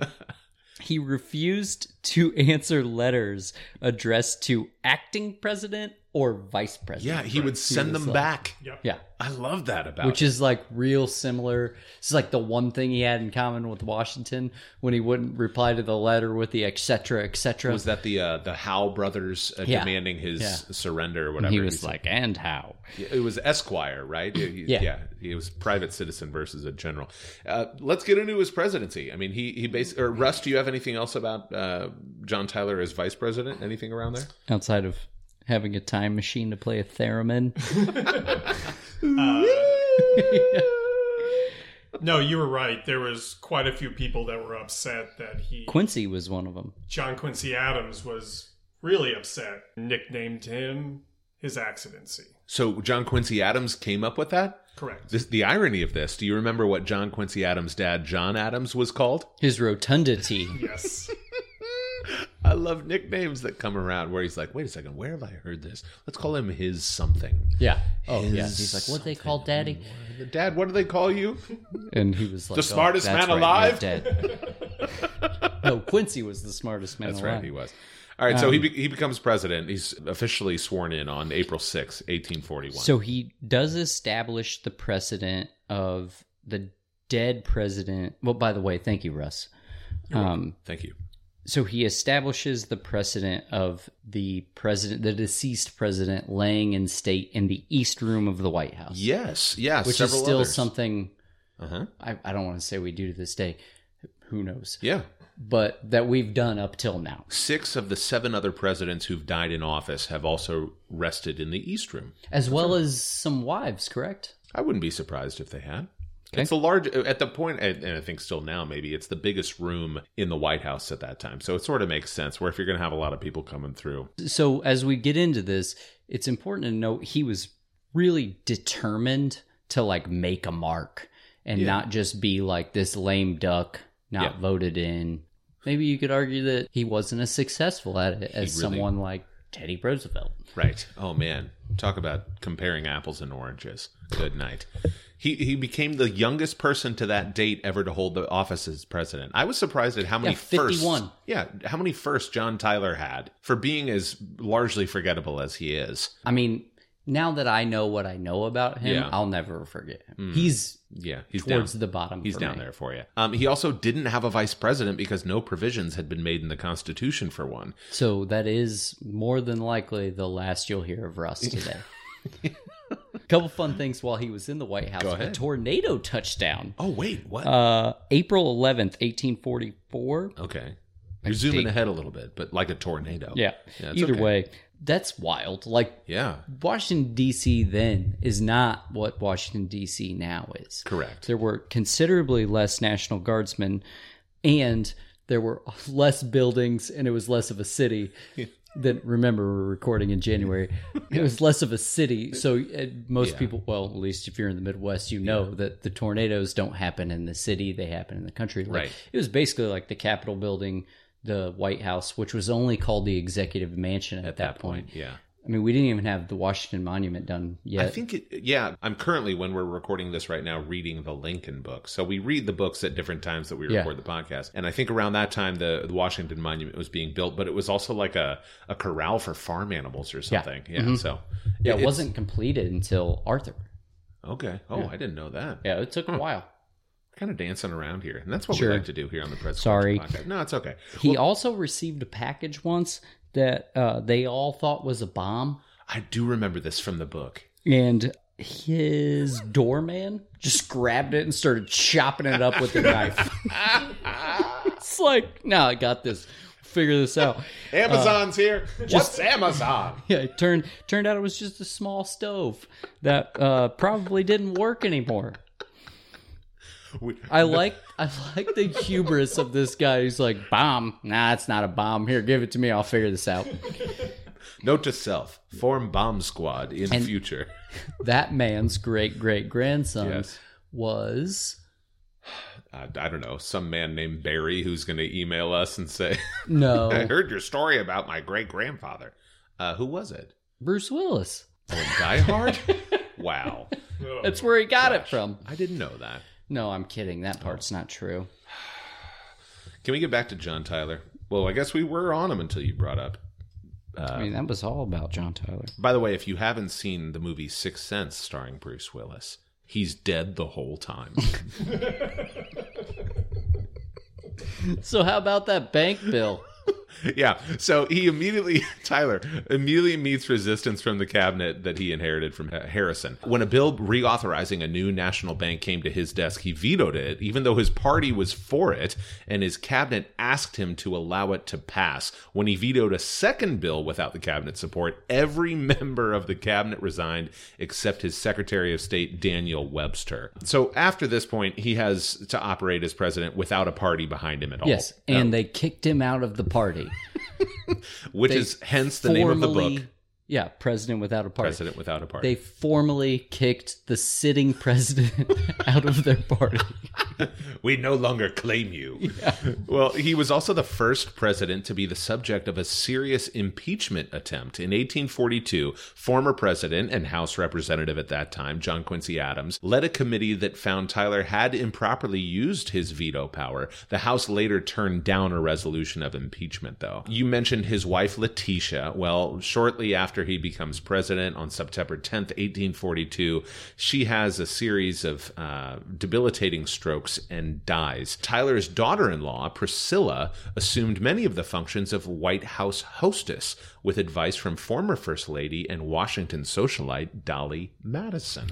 A: he refused to answer letters addressed to acting president or vice
B: Yeah,
A: president.
B: he would send them
A: like-
B: back.
C: Yep.
A: Yeah.
B: I love that about
A: Which is like real similar. This is like the one thing he had in common with Washington when he wouldn't reply to the letter with the et cetera, et cetera.
B: Was that the uh, the Howe brothers uh,
A: Yeah.
B: demanding his
A: Yeah.
B: surrender or whatever?
A: he was
B: He's-
A: like, and how?
B: it was Esquire, right? He- he-
A: Yeah.
B: It was private citizen versus a general. Uh, let's get into his presidency. I mean, he he basically. Or Russ, do you have anything else about uh, John Tyler as vice president? Anything around there?
A: Outside of having a time machine to play a theremin.
C: Uh, No, you were right. There was quite a few people that were upset that he
A: Quincy was one of them.
C: John Quincy Adams was really upset. Nicknamed him his accidency.
B: So John Quincy Adams came up with that.
C: Correct.
B: This, the irony of this. Do you remember what John Quincy Adams' dad, John Adams, was called?
A: His rotundity.
C: yes.
B: I love nicknames that come around where he's like, "Wait a second, where have I heard this? Let's call him his something."
A: Yeah. Oh, yeah.
B: His
A: He's like, what they call daddy?
B: Dad, what do they call you?
A: And he was like, oh,
B: The smartest
A: that's
B: man alive."
A: you're Dead. no, Quincy was the smartest man
B: That's
A: alive.
B: right, he was. All right,
A: Um,
B: so he be- he becomes president. He's officially sworn in on April sixth, 1841.
A: So he does establish the precedent of the dead president. Well, by the way, thank you, Russ. Um,
B: Thank you.
A: so he establishes the precedent of the president, the deceased president, laying in state in the East Room of the White House,
B: Yes, yes.
A: which is
B: several
A: still
B: others.
A: something
B: Uh-huh.
A: I, I don't want to say we do to this day. Who knows?
B: Yeah.
A: But that we've done up till now.
B: Six of the seven other presidents who've died in office have also rested in the East Room.
A: as well as some wives, correct?
B: I wouldn't be surprised if they had.
A: Okay.
B: It's the large at the point, and and I think still now maybe it's the biggest room in the White House at that time. So it sort of makes sense where if you're going to have a lot of people coming through,
A: So as we get into this, it's important to note he was really determined to like make a mark and
B: Yeah.
A: not just be like this lame duck not
B: Yeah.
A: voted in. Maybe you could argue that he wasn't as successful at it as
B: really-
A: someone like Teddy Roosevelt.
B: Right. Oh man, talk about comparing apples and oranges. Good night. He he became the youngest person to that date ever to hold the office as president. I was surprised at how many
A: Yeah, 51.
B: firsts. Yeah, how many firsts John Tyler had for being as largely forgettable as he is.
A: I mean, now that I know what I know about him,
B: Yeah.
A: I'll never forget him.
B: Mm.
A: He's
B: Yeah, he's
A: towards
B: down.
A: the bottom.
B: He's
A: for
B: down
A: me.
B: there for you. Um, he also didn't have a vice president because no provisions had been made in the Constitution for one.
A: So that is more than likely the last you'll hear of Russ today. Couple fun things while he was in the White House.
B: Go
A: A
B: ahead.
A: tornado touchdown.
B: Oh wait, what?
A: Uh, April 11th, 1844.
B: okay, you're zooming
A: think-
B: ahead a little bit, but like a tornado.
A: Yeah.
B: Yeah, it's
A: Either
B: okay.
A: way, that's wild. Like,
B: yeah,
A: Washington, D.C. then is not what Washington, D.C. now is.
B: correct.
A: There were considerably less National Guardsmen and there were less buildings and it was less of a city than remember we're recording in January. It was less of a city. So uh, most
B: Yeah.
A: people, well, at least if you're in the Midwest, you know that the tornadoes don't happen in the city, they happen in the country. Like,
B: Right.
A: It was basically like the Capitol building, the White House, which was only called the Executive Mansion at, that, point.
B: yeah.
A: I mean, we didn't even have the Washington Monument done yet.
B: I think it, yeah, I'm currently, when we're recording this right now, reading the Lincoln book. So we read the books at different times that we
A: Yeah.
B: record the podcast. And I think around that time, the, the Washington Monument was being built, but it was also like a, a corral for farm animals or something. Yeah. So,
A: Mm-hmm. yeah, it
B: it's-
A: wasn't completed until Arthur.
B: Okay. Oh, I didn't know that.
A: Yeah, it took a while.
B: Kind of dancing around here. And that's what
A: Sure.
B: we like to do here on the Press.
A: Sorry.
B: Podcast. No, it's okay.
A: He also received a package once that uh, they all thought was a bomb,
B: I do remember this from the book.
A: and his doorman just grabbed it and started chopping it up with a knife. it's like, no, I got this. Figure this out.
B: Amazon's here. What's Amazon?
A: Yeah, it turned turned out it was just a small stove that uh, probably didn't work anymore.
B: We-
A: I like I like the hubris of this guy who's like bomb. Nah, it's not a bomb. Here, give it to me. I'll figure this out.
B: Note to self: form bomb squad in future.
A: That man's great great grandson
B: Yes.
A: was
B: I, I don't know, some man named Barry who's going to email us and say, I
A: no
B: heard your story about my great grandfather. Uh, who was it?
A: Bruce Willis.
B: Oh, Die Hard? wow.
C: Oh.
A: That's where he got it from.
B: I didn't know that.
A: No, I'm kidding. That part's not true.
B: Can we get back to John Tyler? Well, I guess we were on him until you brought up.
A: I mean, that was all about John Tyler.
B: By the way, if you haven't seen the movie Sixth Sense starring Bruce Willis, he's dead the whole time.
A: So how about that bank bill?
B: yeah. So he immediately, Tyler, immediately meets resistance from the cabinet that he inherited from uh, Harrison. When a bill reauthorizing a new national bank came to his desk, he vetoed it, even though his party was for it, and his cabinet asked him to allow it to pass. When he vetoed a second bill without the cabinet support, every member of the cabinet resigned except his Secretary of State, Daniel Webster. So after this point, he has to operate as president without a party behind him at all.
A: Yes, and they kicked him out of the party.
B: Which is hence the name of the book.
A: Formally- Yeah, president without a party.
B: president without a party.
A: They formally kicked the sitting president out of their party.
B: we no longer claim you. Well, he was also the first president to be the subject of a serious impeachment attempt. In 1842, former president and House representative at that time, John Quincy Adams, led a committee that found Tyler had improperly used his veto power. The House later turned down a resolution of impeachment, though. You mentioned his wife, Letitia. Well, shortly after he becomes president on September 10th, 1842, she has a series of uh, debilitating strokes and dies. Tyler's daughter in law, Priscilla, assumed many of the functions of White House hostess with advice from former First Lady and Washington socialite Dolly Madison.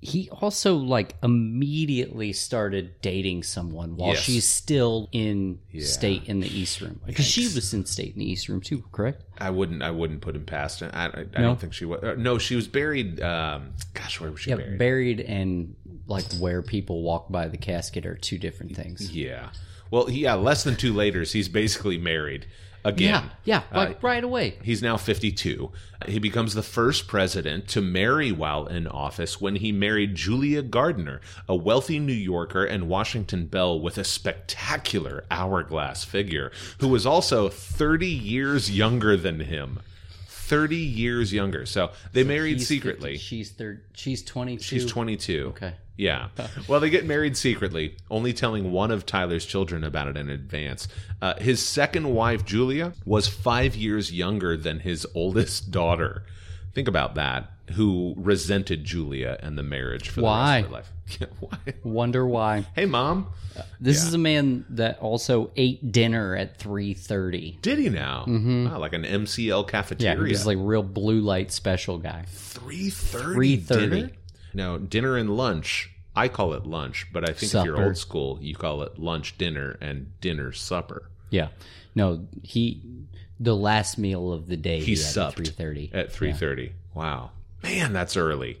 A: He also like immediately started dating someone while
B: Yes.
A: she's still in state in the East Room because she was in state in the East Room too, correct?
B: I wouldn't. I wouldn't put him past. it. I, I, I don't think she was. uh, No, she was buried. Um, gosh, where was she
A: Yeah,
B: buried?
A: buried and like where people walk by the casket are two different things.
B: Yeah. Well, he- yeah, less than two later, he's basically married
A: Yeah,
B: again.
A: yeah,
B: Uh,
A: like right away.
B: He's now 52. He becomes the first president to marry while in office when he married Julia Gardner, a wealthy New Yorker and Washington belle with a spectacular hourglass figure, who was also 30 years younger than him. 30 years younger. So they married
A: He's
B: secretly.
A: 50, she's third. She's twenty two.
B: She's 22.
A: Okay.
B: Yeah. Well, they get married secretly, only telling one of Tyler's children about it in advance. Uh, his second wife, Julia, was five years younger than his oldest daughter. Think about that. who resented Julia and the marriage for
A: Why?
B: the rest of her life. Why?
A: Wonder why.
B: Hey, mom,
A: This is a man that also ate dinner at 3.30.
B: did he now? Wow, like an MCL
A: Mm-hmm. Yeah,
B: cafeteria.
A: he was like real blue light special guy.
B: three thirty.
A: 3:30.
B: Dinner? No, dinner and lunch. I call it lunch, but I think if you're
A: Supper.
B: old school, you call it lunch, dinner, and dinner supper.
A: Yeah. No, he the last meal of the day
B: He
A: he, had
B: supped
A: at 3.30.
B: at three thirty. Wow, man, that's early.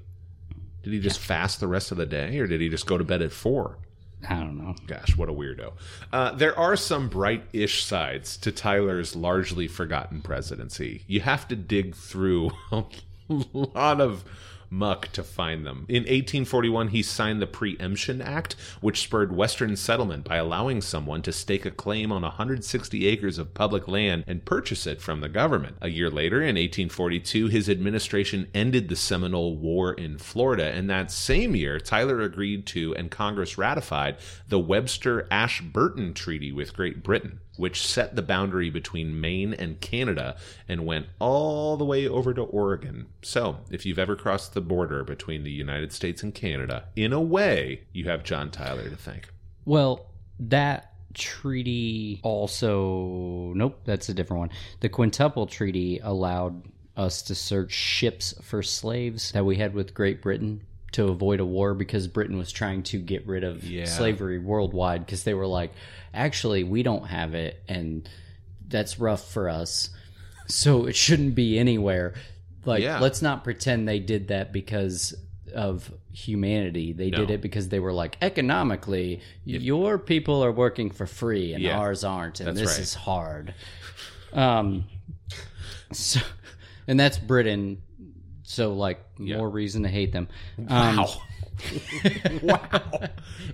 B: Did he just fast the rest of the day, or did he just go to bed at four?
A: I don't know.
B: Gosh, what a weirdo. Uh, there are some bright ish sides to Tyler's largely forgotten presidency. You have to dig through a lot of muck to find them. In 1841, he signed the Preemption Act, which spurred Western settlement by allowing someone to stake a claim on 160 acres of public land and purchase it from the government. A year later, in 1842, his administration ended the Seminole War in Florida, and that same year, Tyler agreed to and Congress ratified the Webster Ashburton Treaty with Great Britain, which set the boundary between Maine and Canada and went all the way over to Oregon. So, if you've ever crossed the border between the United States and Canada, in a way, you have John Tyler to thank.
A: Well, that treaty also nope, that's a different one. The quintuple treaty allowed us to search ships for slaves that we had with Great Britain to avoid a war because Britain was trying to get rid of
B: Yeah.
A: slavery worldwide because they were like, actually, we don't have it and that's rough for us. So it shouldn't be anywhere. Like
B: Yeah.
A: let's not pretend they did that because of humanity. They did
B: No.
A: it because they were like economically your people are working for free and
B: Yeah.
A: ours aren't and
B: That's
A: this
B: right.
A: is hard um so and that's britain so like more reason to hate them um wow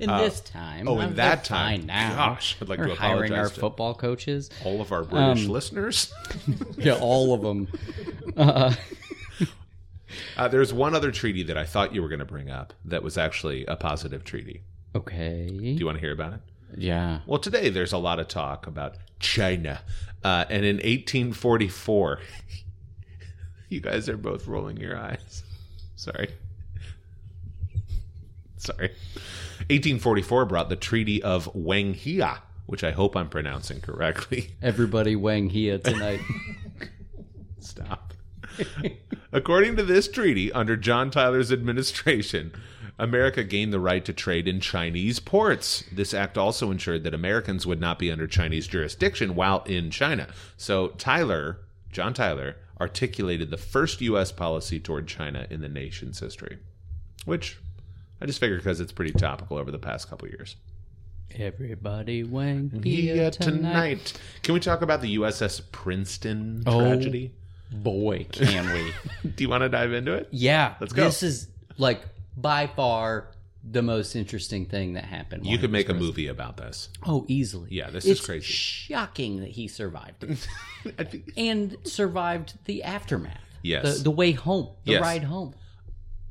A: in this time
B: Oh, in
A: I'm-
B: that
A: they're
B: time.
A: fine now
B: Gosh, I'd like
A: They're
B: to
A: hiring our
B: apologize to
A: football coaches
B: all of our British listeners.
A: yeah all of them
B: Uh, there's one other treaty that I thought you were going to bring up that was actually a positive treaty.
A: okay
B: Do you want to hear about it?
A: yeah
B: Well, today there's a lot of talk about China. Uh, and in 1844, you guys are both rolling your eyes. Sorry. Sorry. 1844 brought the Treaty of Wanghia, which I hope I'm pronouncing correctly.
A: everybody wang here tonight
B: Stop. According to this treaty, under John Tyler's administration, America gained the right to trade in Chinese ports. This act also ensured that Americans would not be under Chinese jurisdiction while in China. So Tyler, John Tyler, articulated the first U.S. policy toward China in the nation's history, which I just figure because it's pretty topical over the past couple years.
A: everybody wang here
B: Yeah,
A: tonight
B: tonight. Can we talk about the USS Princeton
A: Oh.
B: tragedy?
A: boy can we
B: Do you want to dive into it?
A: Yeah.
B: Let's go.
A: This is like by far the most interesting thing that happened.
B: You could make a movie about this.
A: Oh, easily.
B: Yeah, this is
A: it's
B: crazy.
A: Shocking that he survived it.
B: I think-
A: and survived the aftermath.
B: Yes.
A: The, the way home, the
B: Yes.
A: ride home.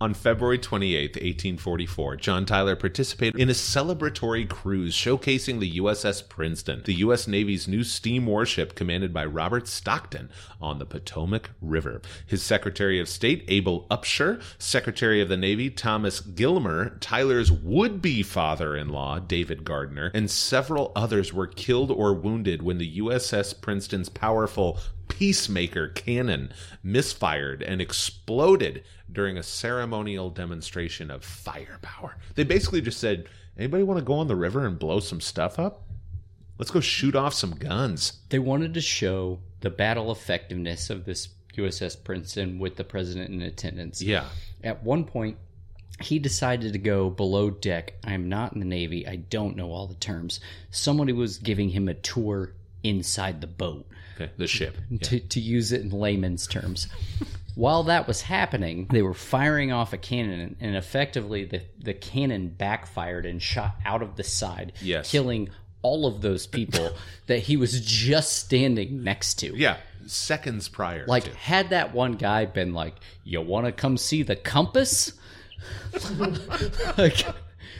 B: On February 28, 1844, John Tyler participated in a celebratory cruise showcasing the USS Princeton, the U.S. Navy's new steam warship commanded by Robert Stockton on the Potomac River. His Secretary of State, Abel Upshur, Secretary of the Navy, Thomas Gilmer, Tyler's would be father in law, David Gardner, and several others were killed or wounded when the USS Princeton's powerful Peacemaker cannon misfired and exploded during a ceremonial demonstration of firepower. They basically just said, anybody want to go on the river and blow some stuff up? Let's go shoot off some guns.
A: They wanted to show the battle effectiveness of this USS Princeton with the president in attendance.
B: Yeah.
A: At one point, he decided to go below deck. I'm not in the Navy. I don't know all the terms. Somebody was giving him a tour inside the boat.
B: Okay. The ship.
A: to, to use it in layman's terms. While that was happening, they were firing off a cannon, and effectively the, the cannon backfired and shot out of the side,
B: Yes.
A: killing all of those people that he was just standing next to.
B: Yeah. Seconds prior.
A: Like,
B: to.
A: had that one guy been like, "You want to come see the compass?" like,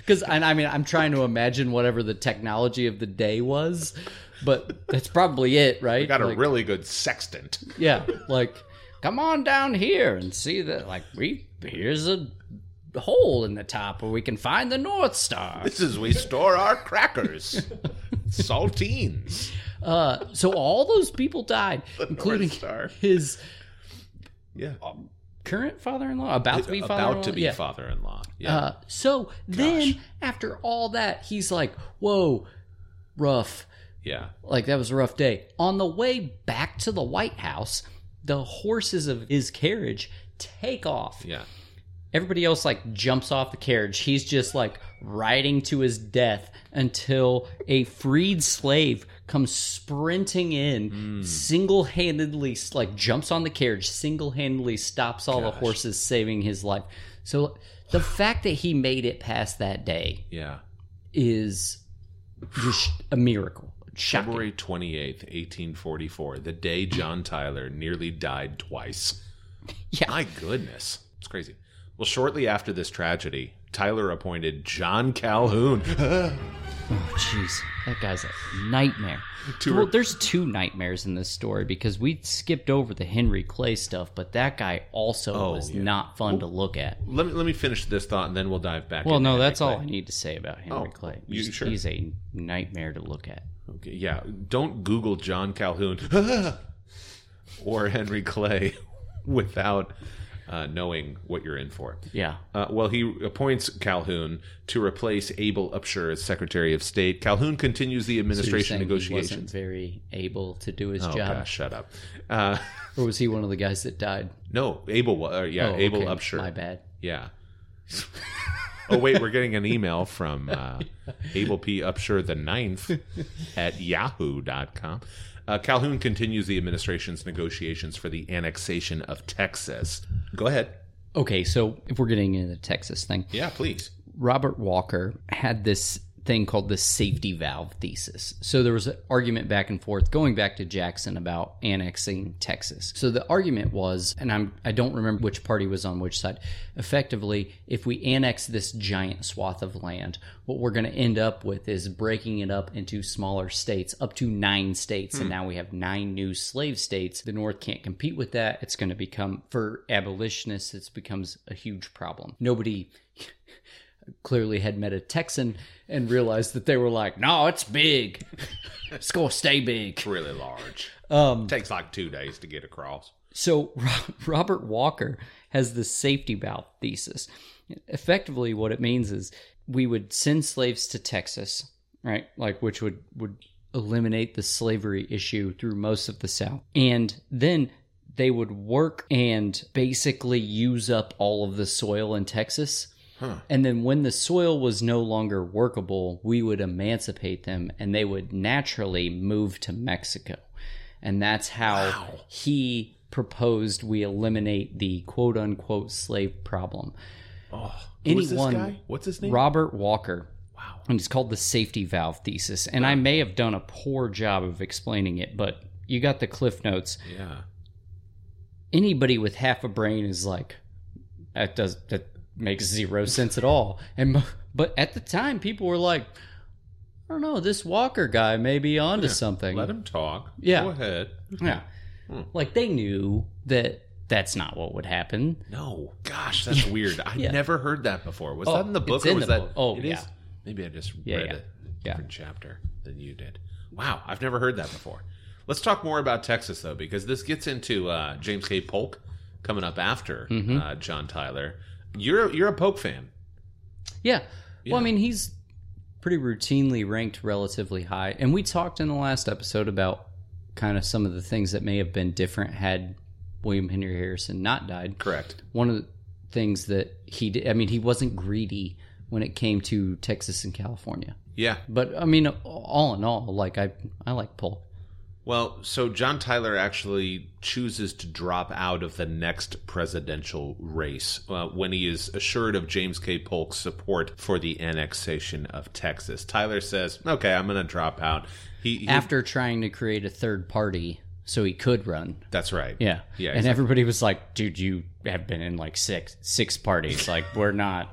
A: because and I mean, I'm trying to imagine whatever the technology of the day was, but that's probably it, right?
B: got a
A: Like-
B: really good sextant.
A: yeah, like come on down here and see that like we here's a hole in the top where we can find the North Star.
B: This is we store our crackers, saltines.
A: Uh, so all those people died, including
B: Star.
A: his
B: Yeah,
A: current father-in-law, about to be father-in-law.
B: about to be
A: yeah.
B: father-in-law. Yeah,
A: Uh, so then after all that, he's like, "Whoa, rough."
B: yeah.
A: Like that was a rough day. On the way back to the White House, the horses of his carriage take off.
B: Yeah.
A: Everybody else like jumps off the carriage. He's just like riding to his death until a freed slave comes sprinting in, single-handedly like jumps on the carriage, single-handedly stops all the horses saving his life. So the fact that he made it past that day
B: Yeah.
A: is just a miracle. Shocking.
B: February 28th, 1844, the day John Tyler nearly died twice.
A: Yeah.
B: My goodness. It's crazy. Well, shortly after this tragedy, Tyler appointed John Calhoun
A: Oh, jeez. That guy's a nightmare. well, there's two nightmares in this story because we skipped over the Henry Clay stuff, but that guy also
B: Oh,
A: was not fun to look at.
B: let me let me finish this thought and then we'll dive back.
A: Well,
B: into
A: no,
B: Henry
A: that's all I
B: Clay.
A: need to say about Henry
B: Oh,
A: Clay.
B: you
A: He's,
B: sure?
A: he's a nightmare to look at.
B: Okay, yeah, don't Google John Calhoun or Henry Clay without uh, knowing what you're in for.
A: Yeah.
B: Uh, well, he appoints Calhoun to replace Abel Upshur as Secretary of State. Calhoun continues the
A: So you're
B: administration
A: saying He
B: negotiations.
A: wasn't very able to do his
B: Oh
A: job.
B: gosh, shut up. Uh,
A: Or was he one of the guys that died?
B: no, Abel. wa- Uh, yeah,
A: Oh,
B: Abel
A: okay.
B: Upshur.
A: My bad.
B: Yeah. oh wait, we're getting an email from uh, Abel P. Upshur the ninth at yahoo.com. Uh, Calhoun continues the administration's negotiations for the annexation of Texas. Go ahead.
A: Okay, so if we're getting into the Texas thing,
B: Yeah, please.
A: Robert Walker had this thing called the safety valve thesis. So there was an argument back and forth going back to Jackson about annexing Texas. So the argument was, and I'm I don't remember which party was on which side, effectively, if we annex this giant swath of land, what we're going to end up with is breaking it up into smaller states, up to 9 states, and now we have 9 new slave states. The North can't compete with that. It's going to become for abolitionists, it becomes a huge problem. Nobody clearly had met a Texan and realized that they were like, no, it's big. it's going to stay big.
B: Really large.
A: Um,
B: Takes like two days to get across.
A: so Ro- Robert Walker has the safety valve thesis. Effectively, what it means is we would send slaves to Texas, right? Like, which would would eliminate the slavery issue through most of the South, and then they would work and basically use up all of the soil in Texas. And then when the soil was no longer workable, we would emancipate them and they would naturally move to Mexico. And that's how he proposed we eliminate the quote unquote slave problem.
B: Oh, Who is
A: Anyone-
B: this guy? What's his name?
A: Robert Walker. Wow. And it's called the safety valve thesis. And I may have done a poor job of explaining it, but you got the cliff notes.
B: yeah.
A: Anybody with half a brain is like, that does that makes zero sense at all. And mo- but at the time, people were like, I don't know, this Walker guy may be onto something.
B: Let him Hmm. talk.
A: Yeah.
B: Go ahead.
A: Yeah. Like they knew that that's not what would happen.
B: No. Gosh, that's weird. I never heard that before. Was
A: Oh,
B: that in the book
A: it's
B: or
A: in
B: was
A: the
B: that
A: book. Oh,
B: it is?
A: yeah.
B: Maybe I just
A: Yeah,
B: read
A: yeah.
B: it.
A: Yeah.
B: different chapter than you did. Wow, I've never heard that before. Let's talk more about Texas though, because this gets into uh, James K. Polk coming up after
A: Mm-hmm.
B: uh, John Tyler. You're you're a Polk fan.
A: Yeah. Well, I mean, he's pretty routinely ranked relatively high. And we talked in the last episode about kind of some of the things that may have been different had William Henry Harrison not died.
B: Correct.
A: One of the things that he did, I mean, he wasn't greedy when it came to Texas and California.
B: Yeah.
A: But I mean, all in all, like I, I like Polk.
B: Well, so John Tyler actually chooses to drop out of the next presidential race uh, when he is assured of James K. Polk's support for the annexation of Texas. Tyler says, "Okay, I'm going to drop out." He, he
A: After trying to create a third party so he could run.
B: that's right.
A: Yeah.
B: Yeah,
A: And
B: exactly.
A: everybody was like, dude, you have been in like six six parties. Like we're not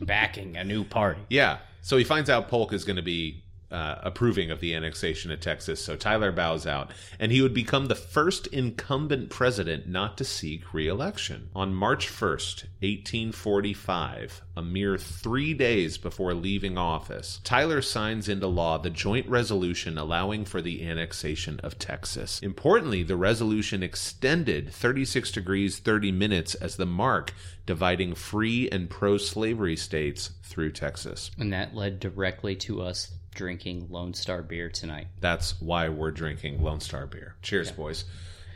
A: backing a new party.
B: Yeah. So he finds out Polk is going to be uh, approving of the annexation of Texas, so Tyler bows out, and he would become the first incumbent president not to seek reelection. On March 1st, 1845, a mere three days before leaving office, Tyler signs into law the joint resolution allowing for the annexation of Texas. Importantly, the resolution extended 36 degrees 30 minutes as the mark dividing free and pro slavery states through Texas.
A: And that led directly to us drinking Lone Star beer tonight.
B: That's why we're drinking Lone Star beer. Cheers, boys.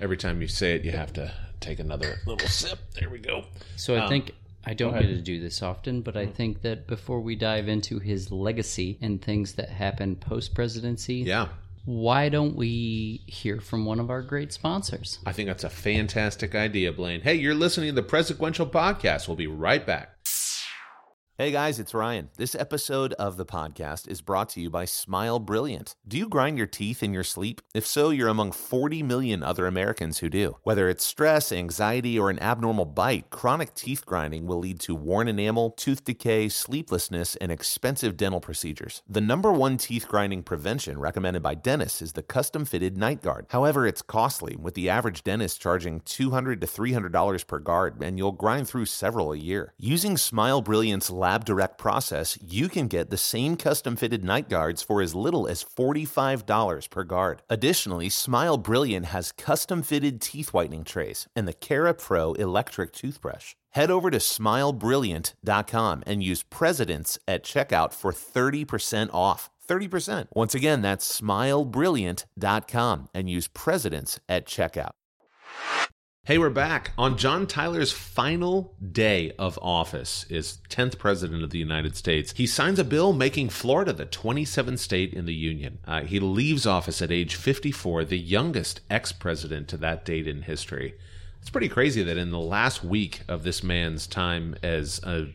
B: Every time you say it, you have to take another little sip. There we go.
A: So
B: Oh,
A: I think I don't get to do this often, but I
B: Mm-hmm.
A: think that before we dive into his legacy and things that happen post presidency,
B: Yeah.
A: why don't we hear from one of our great sponsors?
B: I think that's a fantastic idea, Blaine. Hey, you're listening to the Presequential Podcast. We'll be right back.
D: Hey guys, it's Ryan. This episode of the podcast is brought to you by Smile Brilliant. Do you grind your teeth in your sleep? If so, you're among 40 million other Americans who do. Whether it's stress, anxiety, or an abnormal bite, chronic teeth grinding will lead to worn enamel, tooth decay, sleeplessness, and expensive dental procedures. The number one teeth grinding prevention recommended by dentists is the custom fitted night guard. However, it's costly, with the average dentist charging $200 to $300 per guard, and you'll grind through several a year. Using Smile Brilliant's Lab Direct process, you can get the same custom fitted night guards for as little as $45 per guard. Additionally, Smile Brilliant has custom fitted teeth whitening trays and the Cara Pro electric toothbrush. Head over to smilebrilliant.com and use presidents at checkout for 30% off. 30%. Once again, that's smilebrilliant.com and use presidents at checkout.
B: Hey, we're back. On John Tyler's final day of office as 10th President of the United States, he signs a bill making Florida the 27th state in the Union. Uh, he leaves office at age 54, the youngest ex president to that date in history. It's pretty crazy that in the last week of this man's time as a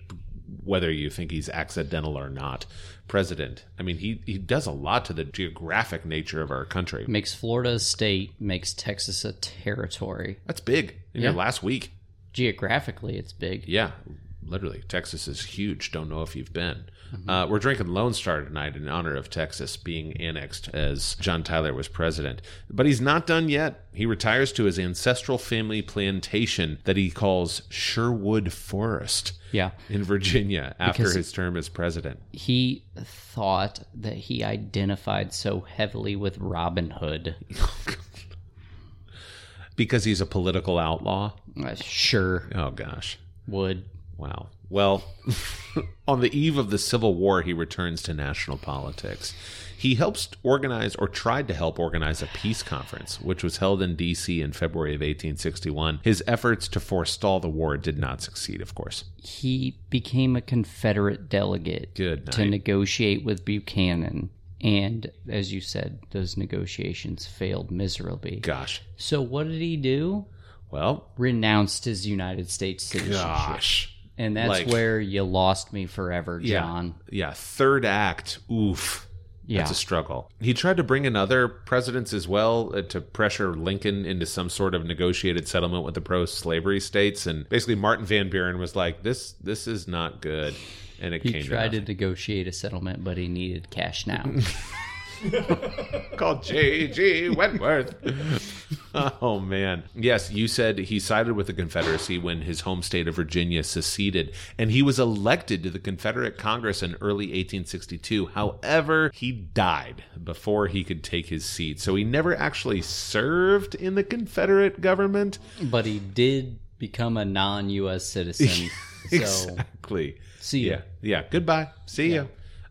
B: whether you think he's accidental or not, president. I mean, he, he does a lot to the geographic nature of our country.
A: Makes Florida a state, makes Texas a territory.
B: That's big in your last week.
A: Geographically, it's big.
B: Yeah, literally. Texas is huge. Don't know if you've been. Uh, we're drinking Lone Star tonight in honor of Texas being annexed as John Tyler was president. But he's not done yet. He retires to his ancestral family plantation that he calls Sherwood Forest
A: Yeah.
B: in Virginia after
A: Because-
B: his term as president.
A: He thought that he identified so heavily with Robin Hood.
B: Because he's a political outlaw.
A: Uh, sure
B: Oh, gosh.
A: would.
B: Wow. Well, on the eve of the Civil War, he returns to national politics. He helps organize, or tried to help organize, a peace conference, which was held in D.C. in February of 1861. His efforts to forestall the war did not succeed, of course.
A: He became a Confederate delegate
B: Good night.
A: to negotiate with Buchanan. And as you said, those negotiations failed miserably.
B: Gosh.
A: So what did he do?
B: Well,
A: Renounced his United States citizenship.
B: gosh.
A: And that's
B: Like-
A: where you lost me forever, John.
B: Yeah. Third act. Oof.
A: Yeah.
B: That's a struggle. He tried to bring in other presidents as well uh, to pressure Lincoln into some sort of negotiated settlement with the pro-slavery states, and basically Martin Van Buren was like, "This, this is not good," and it
A: he
B: came
A: tried to
B: to,
A: negotiate a settlement, but he needed cash now.
B: to call J.G. Wentworth. oh man, yes, you said he sided with the Confederacy when his home state of Virginia seceded, and he was elected to the Confederate Congress in early 1862. However, he died before he could take his seat, so he never actually served in the Confederate government.
A: but he did become a non-U.S. citizen. So
B: Exactly.
A: see,
B: Yeah.
A: ya.
B: Yeah. Goodbye. See ya.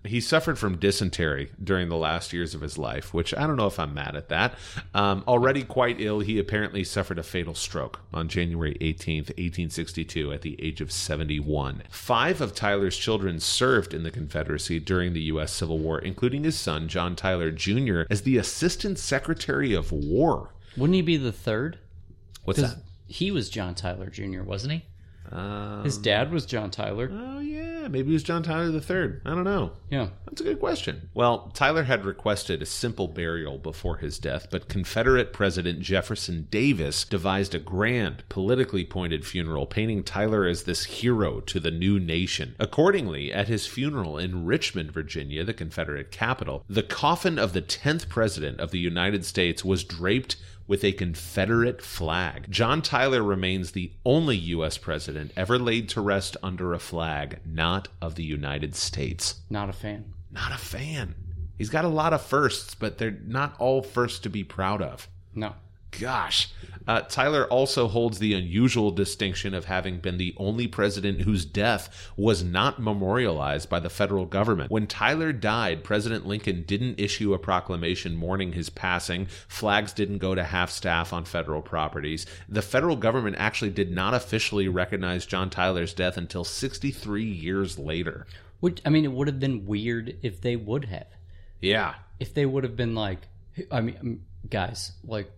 B: He suffered from dysentery during the last years of his life, which I don't know if I'm mad at that. Um, already quite ill, he apparently suffered a fatal stroke on January 18th, 1862, at the age of 71. Five of Tyler's children served in the Confederacy during the U.S. Civil War, including his son, John Tyler Jr., as the Assistant Secretary of War.
A: wouldn't he be the third?
B: What's that?
A: He was John Tyler Jr., wasn't he?
B: Um,
A: His dad was John Tyler.
B: Oh yeah, maybe it was John Tyler the third. I don't know.
A: Yeah.
B: That's a good question. Well, Tyler had requested a simple burial before his death, but Confederate President Jefferson Davis devised a grand, politically pointed funeral, painting Tyler as this hero to the new nation. Accordingly, at his funeral in Richmond, Virginia, the Confederate capital, the coffin of the 10th President of the United States was draped with a Confederate flag. John Tyler remains the only U.S. president ever laid to rest under a flag not of the United States
A: Not a fan.
B: not a fan. He's got a lot of firsts, but they're not all firsts to be proud of.
A: No.
B: Gosh. Uh, Tyler also holds the unusual distinction of having been the only president whose death was not memorialized by the federal government. When Tyler died, President Lincoln didn't issue a proclamation mourning his passing. Flags didn't go to half staff on federal properties. The federal government actually did not officially recognize John Tyler's death until 63 years later.
A: Would I mean it would have been weird if they would have.
B: Yeah.
A: If they would have been like I mean um, guys, like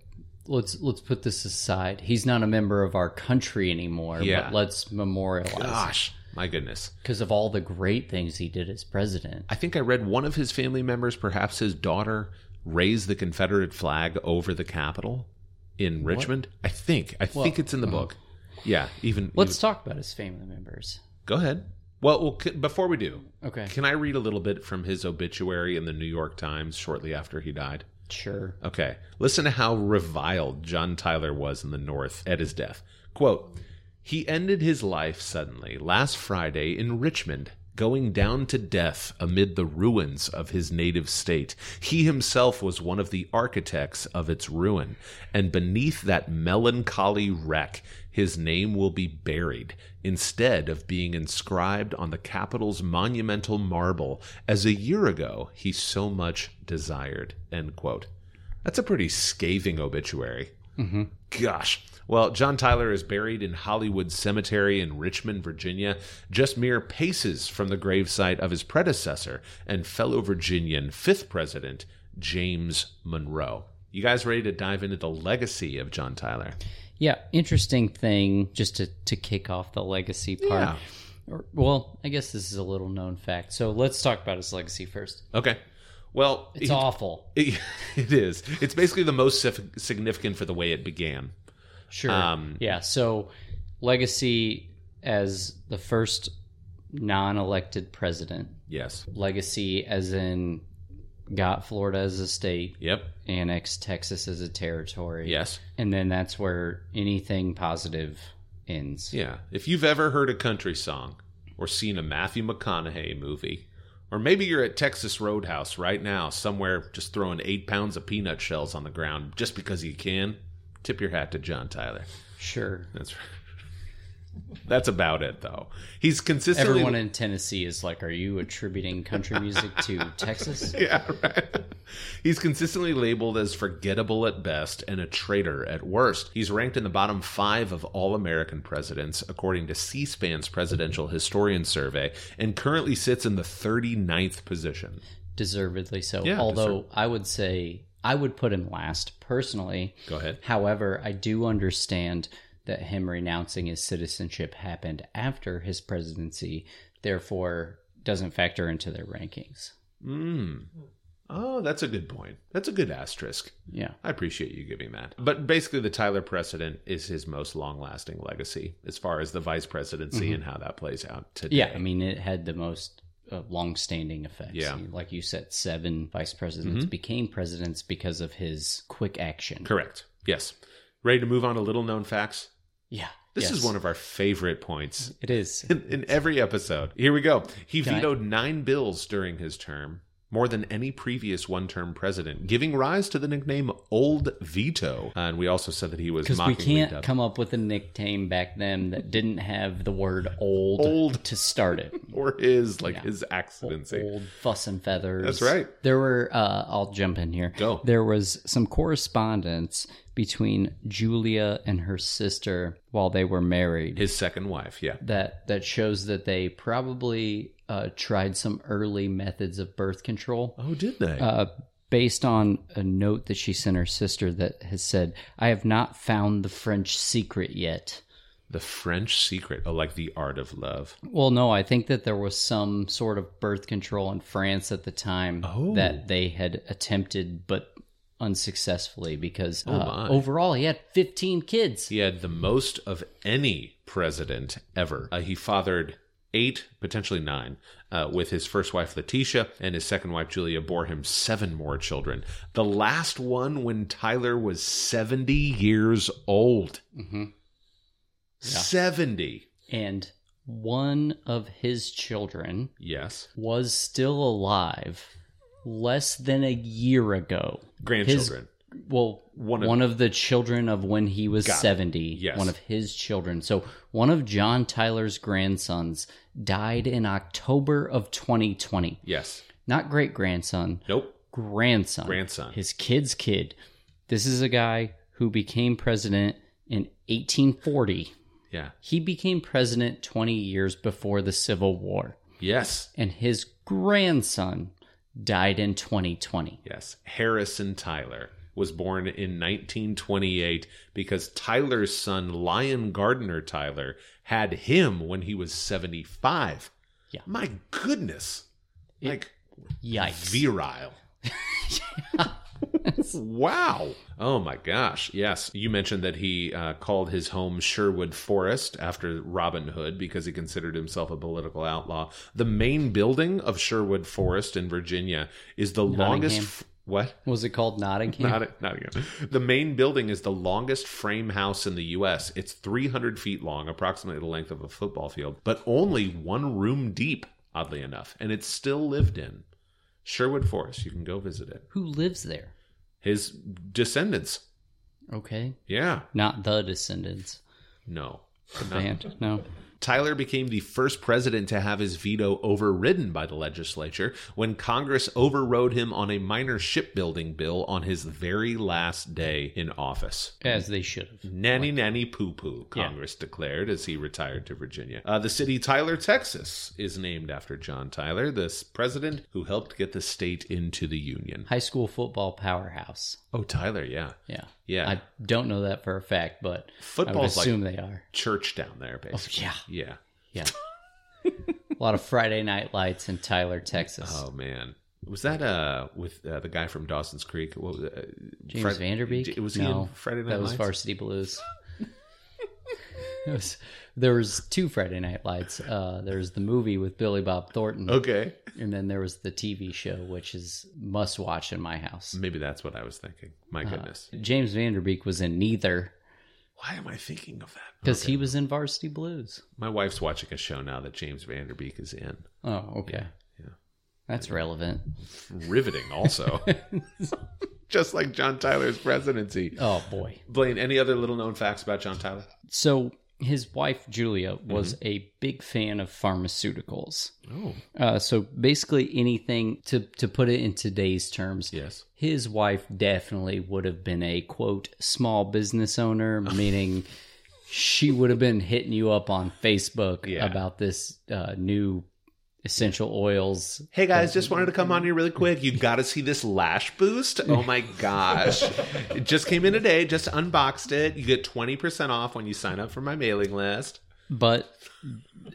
A: let's let's put this aside. He's not a member of our country anymore,
B: Yeah.
A: but let's memorialize
B: Gosh. My goodness.
A: because of all the great things he did as president.
B: I think I read one of his family members, perhaps his daughter, raised the Confederate flag over the Capitol in Richmond. I think. I think it's in the book. Yeah. Even.
A: Let's talk about his family members.
B: even- go ahead. Well, well, c- before we do,
A: Okay.
B: can I read a little bit from his obituary in the New York Times shortly after he died?
A: Sure.
B: Okay. Listen to how reviled John Tyler was in the North at his death. Quote He ended his life suddenly last Friday in Richmond, going down to death amid the ruins of his native state. He himself was one of the architects of its ruin, and beneath that melancholy wreck, his name will be buried instead of being inscribed on the Capitol's monumental marble as a year ago he so much desired. End quote. That's a pretty scathing obituary. Mm-hmm. Gosh. Well, John Tyler is buried in Hollywood Cemetery in Richmond, Virginia, just mere paces from the gravesite of his predecessor and fellow Virginian fifth president, James Monroe. You guys ready to dive into the legacy of John Tyler?
A: Yeah, interesting thing just to, to kick off the legacy part.
B: Yeah.
A: Or, well, I guess this is a little known fact. So let's talk about his legacy first.
B: Okay. Well,
A: It's
B: he-
A: awful.
B: it- it is. It's basically the most sif- significant for the way it began.
A: Sure.
B: Um,
A: yeah, so legacy as the first non elected president,
B: Yes.
A: legacy as in got Florida as a state,
B: Yep.
A: annexed Texas as a territory.
B: Yes.
A: And then that's where anything positive ends.
B: Yeah. If you've ever heard a country song or seen a Matthew McConaughey movie, or maybe you're at Texas Roadhouse right now, somewhere just throwing eight pounds of peanut shells on the ground just because you can, tip your hat to John Tyler.
A: Sure.
B: That's That's about it, though. He's consistently.
A: Everyone in Tennessee is like, are you attributing country music to Texas?
B: yeah, right. He's consistently labeled as forgettable at best and a traitor at worst. He's ranked in the bottom five of all American presidents, according to C SPAN's Presidential Historian Survey, and currently sits in the 39th position.
A: Deservedly so.
B: Yeah,
A: Although I would say I would put him last personally.
B: Go ahead.
A: However, I do understand that him renouncing his citizenship happened after his presidency, therefore doesn't factor into their rankings.
B: Mm. Oh, that's a good point. That's a good asterisk.
A: Yeah.
B: I appreciate you giving that. But basically, the Tyler precedent is his most long lasting legacy as far as the vice presidency and how that plays out today.
A: Yeah. I mean, it had the most uh, long-standing effects.
B: Yeah. Mm-hmm.
A: Like you said, seven vice presidents became presidents because of his quick action.
B: Correct. Yes. Ready to move on to little known facts?
A: Yeah.
B: This is
A: Yes.
B: one of our favorite points
A: It is.
B: in, in every episode. Here we go. He
A: Can I-
B: vetoed nine bills during his term, more than any previous one term president, giving rise to the nickname Old Veto. Uh, and we also said that he was
A: Because we
B: mockingly
A: can't
B: dubbed-
A: come up with a nickname back then that didn't have the word old,
B: Old.
A: to start it.
B: or his, like
A: Yeah. Oh,
B: his accidency.
A: Old fuss and feathers.
B: That's right.
A: There were, uh, I'll jump in here.
B: Go.
A: There was some correspondence between Julia and her sister while they were married
B: His second wife, yeah.
A: that, that shows that they probably uh, tried some early methods of birth control.
B: Oh, did they?
A: uh, based on a note that she sent her sister that has said, I have not found the French secret yet.
B: The French Secret. Oh, like The Art of Love.
A: Well, no, I think that there was some sort of birth control in France at the time
B: Oh.
A: that they had attempted, but unsuccessfully because uh,
B: Oh, my.
A: overall he had 15 kids.
B: He had the most of any president ever. Uh, he fathered eight, potentially nine, uh, with his first wife, Letitia, and his second wife, Julia, bore him seven more children. The last one when Tyler was 70 years old.
A: hmm
B: 70.
A: And one of his children
B: Yes.
A: was still alive less than a year ago.
B: Grandchildren.
A: Well,
B: One
A: one
B: of-
A: of, the children of when he was
B: Got it.
A: 70,
B: Yes.
A: one of his children. So, one of John Tyler's grandsons died in October of 2020.
B: yes.
A: Not great grandson,
B: Nope.
A: grandson.
B: Grandson.
A: His kid's kid. This is a guy who became president in 1840.
B: Yeah.
A: He became president 20 years before the Civil War,
B: Yes.
A: and his grandson died in 2020.
B: Yes. Harrison Tyler was born in 1928 because Tyler's son, Lion Gardner Tyler, had him when he was 75.
A: Yeah.
B: My goodness. like
A: Yikes.
B: virile. wow. Oh my gosh. Yes. You mentioned that he uh, called his home Sherwood Forest after Robin Hood because he considered himself a political outlaw. The main building of Sherwood Forest in Virginia is the longest. F- what?
A: was it called Nottingham?
B: Not, not again. The main building is the longest frame house in the U.S. It's 300 feet long, approximately the length of a football field, but only one room deep, oddly enough. And it's still lived in. Sherwood Forest. You can go visit it.
A: Who lives there?
B: His descendants.
A: Okay.
B: Yeah.
A: Not the Descendants.
B: No.
A: The band. No.
B: Tyler became the first president to have his veto overridden by the legislature when Congress overrode him on a minor shipbuilding bill on his very last day in office.
A: As they should have.
B: Nanny nanny poo poo, Congress declared as he retired to Virginia. Uh, the city Tyler, Texas, is named after John Tyler, the s- president who helped get the state into the Union.
A: High school football powerhouse.
B: Oh, Tyler, yeah.
A: Yeah.
B: Yeah.
A: I don't know that for a fact, but
B: Football's
A: I would
B: like
A: assume they are.
B: church down there, basically.
A: yeah.
B: Yeah.
A: Yeah. a lot of Friday night lights in Tyler, Texas.
B: Oh, man. Was that uh with uh, the guy from Dawson's Creek? What was, uh,
A: James
B: Fred-
A: Vanderbeek?
B: J- Was he
A: no,
B: in Friday Night
A: That was
B: Lights?
A: Varsity Blues. It was- there was two Friday Night Lights. Uh, there was the movie with Billy Bob Thornton,
B: Okay.
A: and then there was the TV show, which is must watch in my house.
B: Maybe that's what I was thinking. My
A: Uh,
B: goodness.
A: James Vanderbeek was in neither
B: Why am I thinking of that?
A: because he was in Varsity Blues.
B: My wife's watching a show now that James Vanderbeek is in.
A: Oh, okay.
B: yeah.
A: That's relevant.
B: riveting also just like john tyler's presidency
A: Oh boy.
B: blaine any other little known facts about john tyler
A: So his wife Julia was
B: Mm-hmm.
A: a big fan of pharmaceuticals.
B: oh
A: Uh, so basically anything to to put it in today's terms,
B: yes
A: his wife definitely would have been a quote small business owner, meaning she would have been hitting you up on Facebook
B: Yeah.
A: about this uh, new essential oils
B: hey guys just wanted to come on here really quick you gotta see this lash boost oh my gosh it just came in today just unboxed it you get 20% off when you sign up for my mailing list
A: but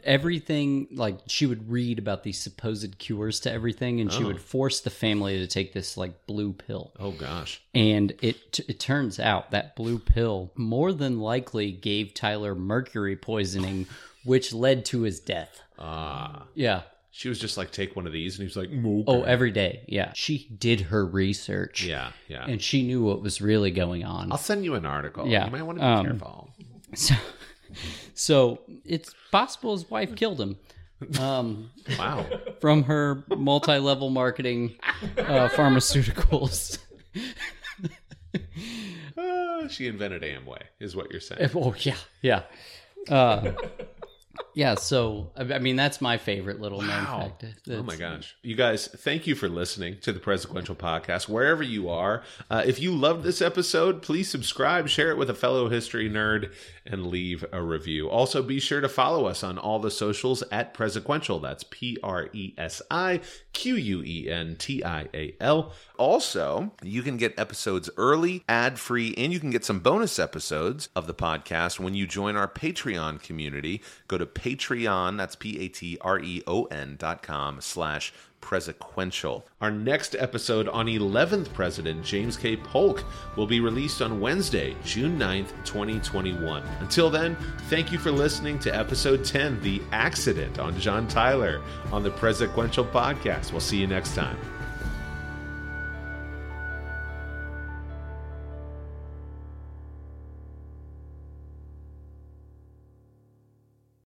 A: everything like she would read about these supposed cures to everything and she would force the family to take this like blue pill
B: oh gosh
A: and it t- it turns out that blue pill more than likely gave Tyler mercury poisoning which led to his death
B: ah
A: yeah
B: she was just like take one of these and he was like "Okay."
A: oh every day yeah she did her research
B: yeah yeah
A: and she knew what was really going on
B: i'll send you an article
A: Yeah,
B: you might want to be
A: um,
B: careful
A: so, so it's possible his wife killed him um
B: wow
A: from her multi-level marketing uh, pharmaceuticals.
B: Ah, she invented amway is what you're saying
A: oh yeah, yeah. Uh, yeah, so I I mean that's my favorite little
B: Wow.
A: known fact.
B: Oh my
A: It's-
B: gosh. You guys, thank you for listening to the Presequential Podcast, wherever you are. Uh, if you loved this episode, please subscribe, share it with a fellow history nerd, and leave a review. Also, be sure to follow us on all the socials at Presequential. That's P R E S I Q U E N T I A L. Also, you can get episodes early, ad free, and you can get some bonus episodes of the podcast when you join our Patreon community. Go to Patreon, that's P A T R E O N dot com slash Presequential. Our next episode on 11th President James K. Polk will be released on Wednesday, June 9th, 2021. Until then, thank you for listening to episode 10, The Accident on John Tyler on the Presequential Podcast. We'll see you next time.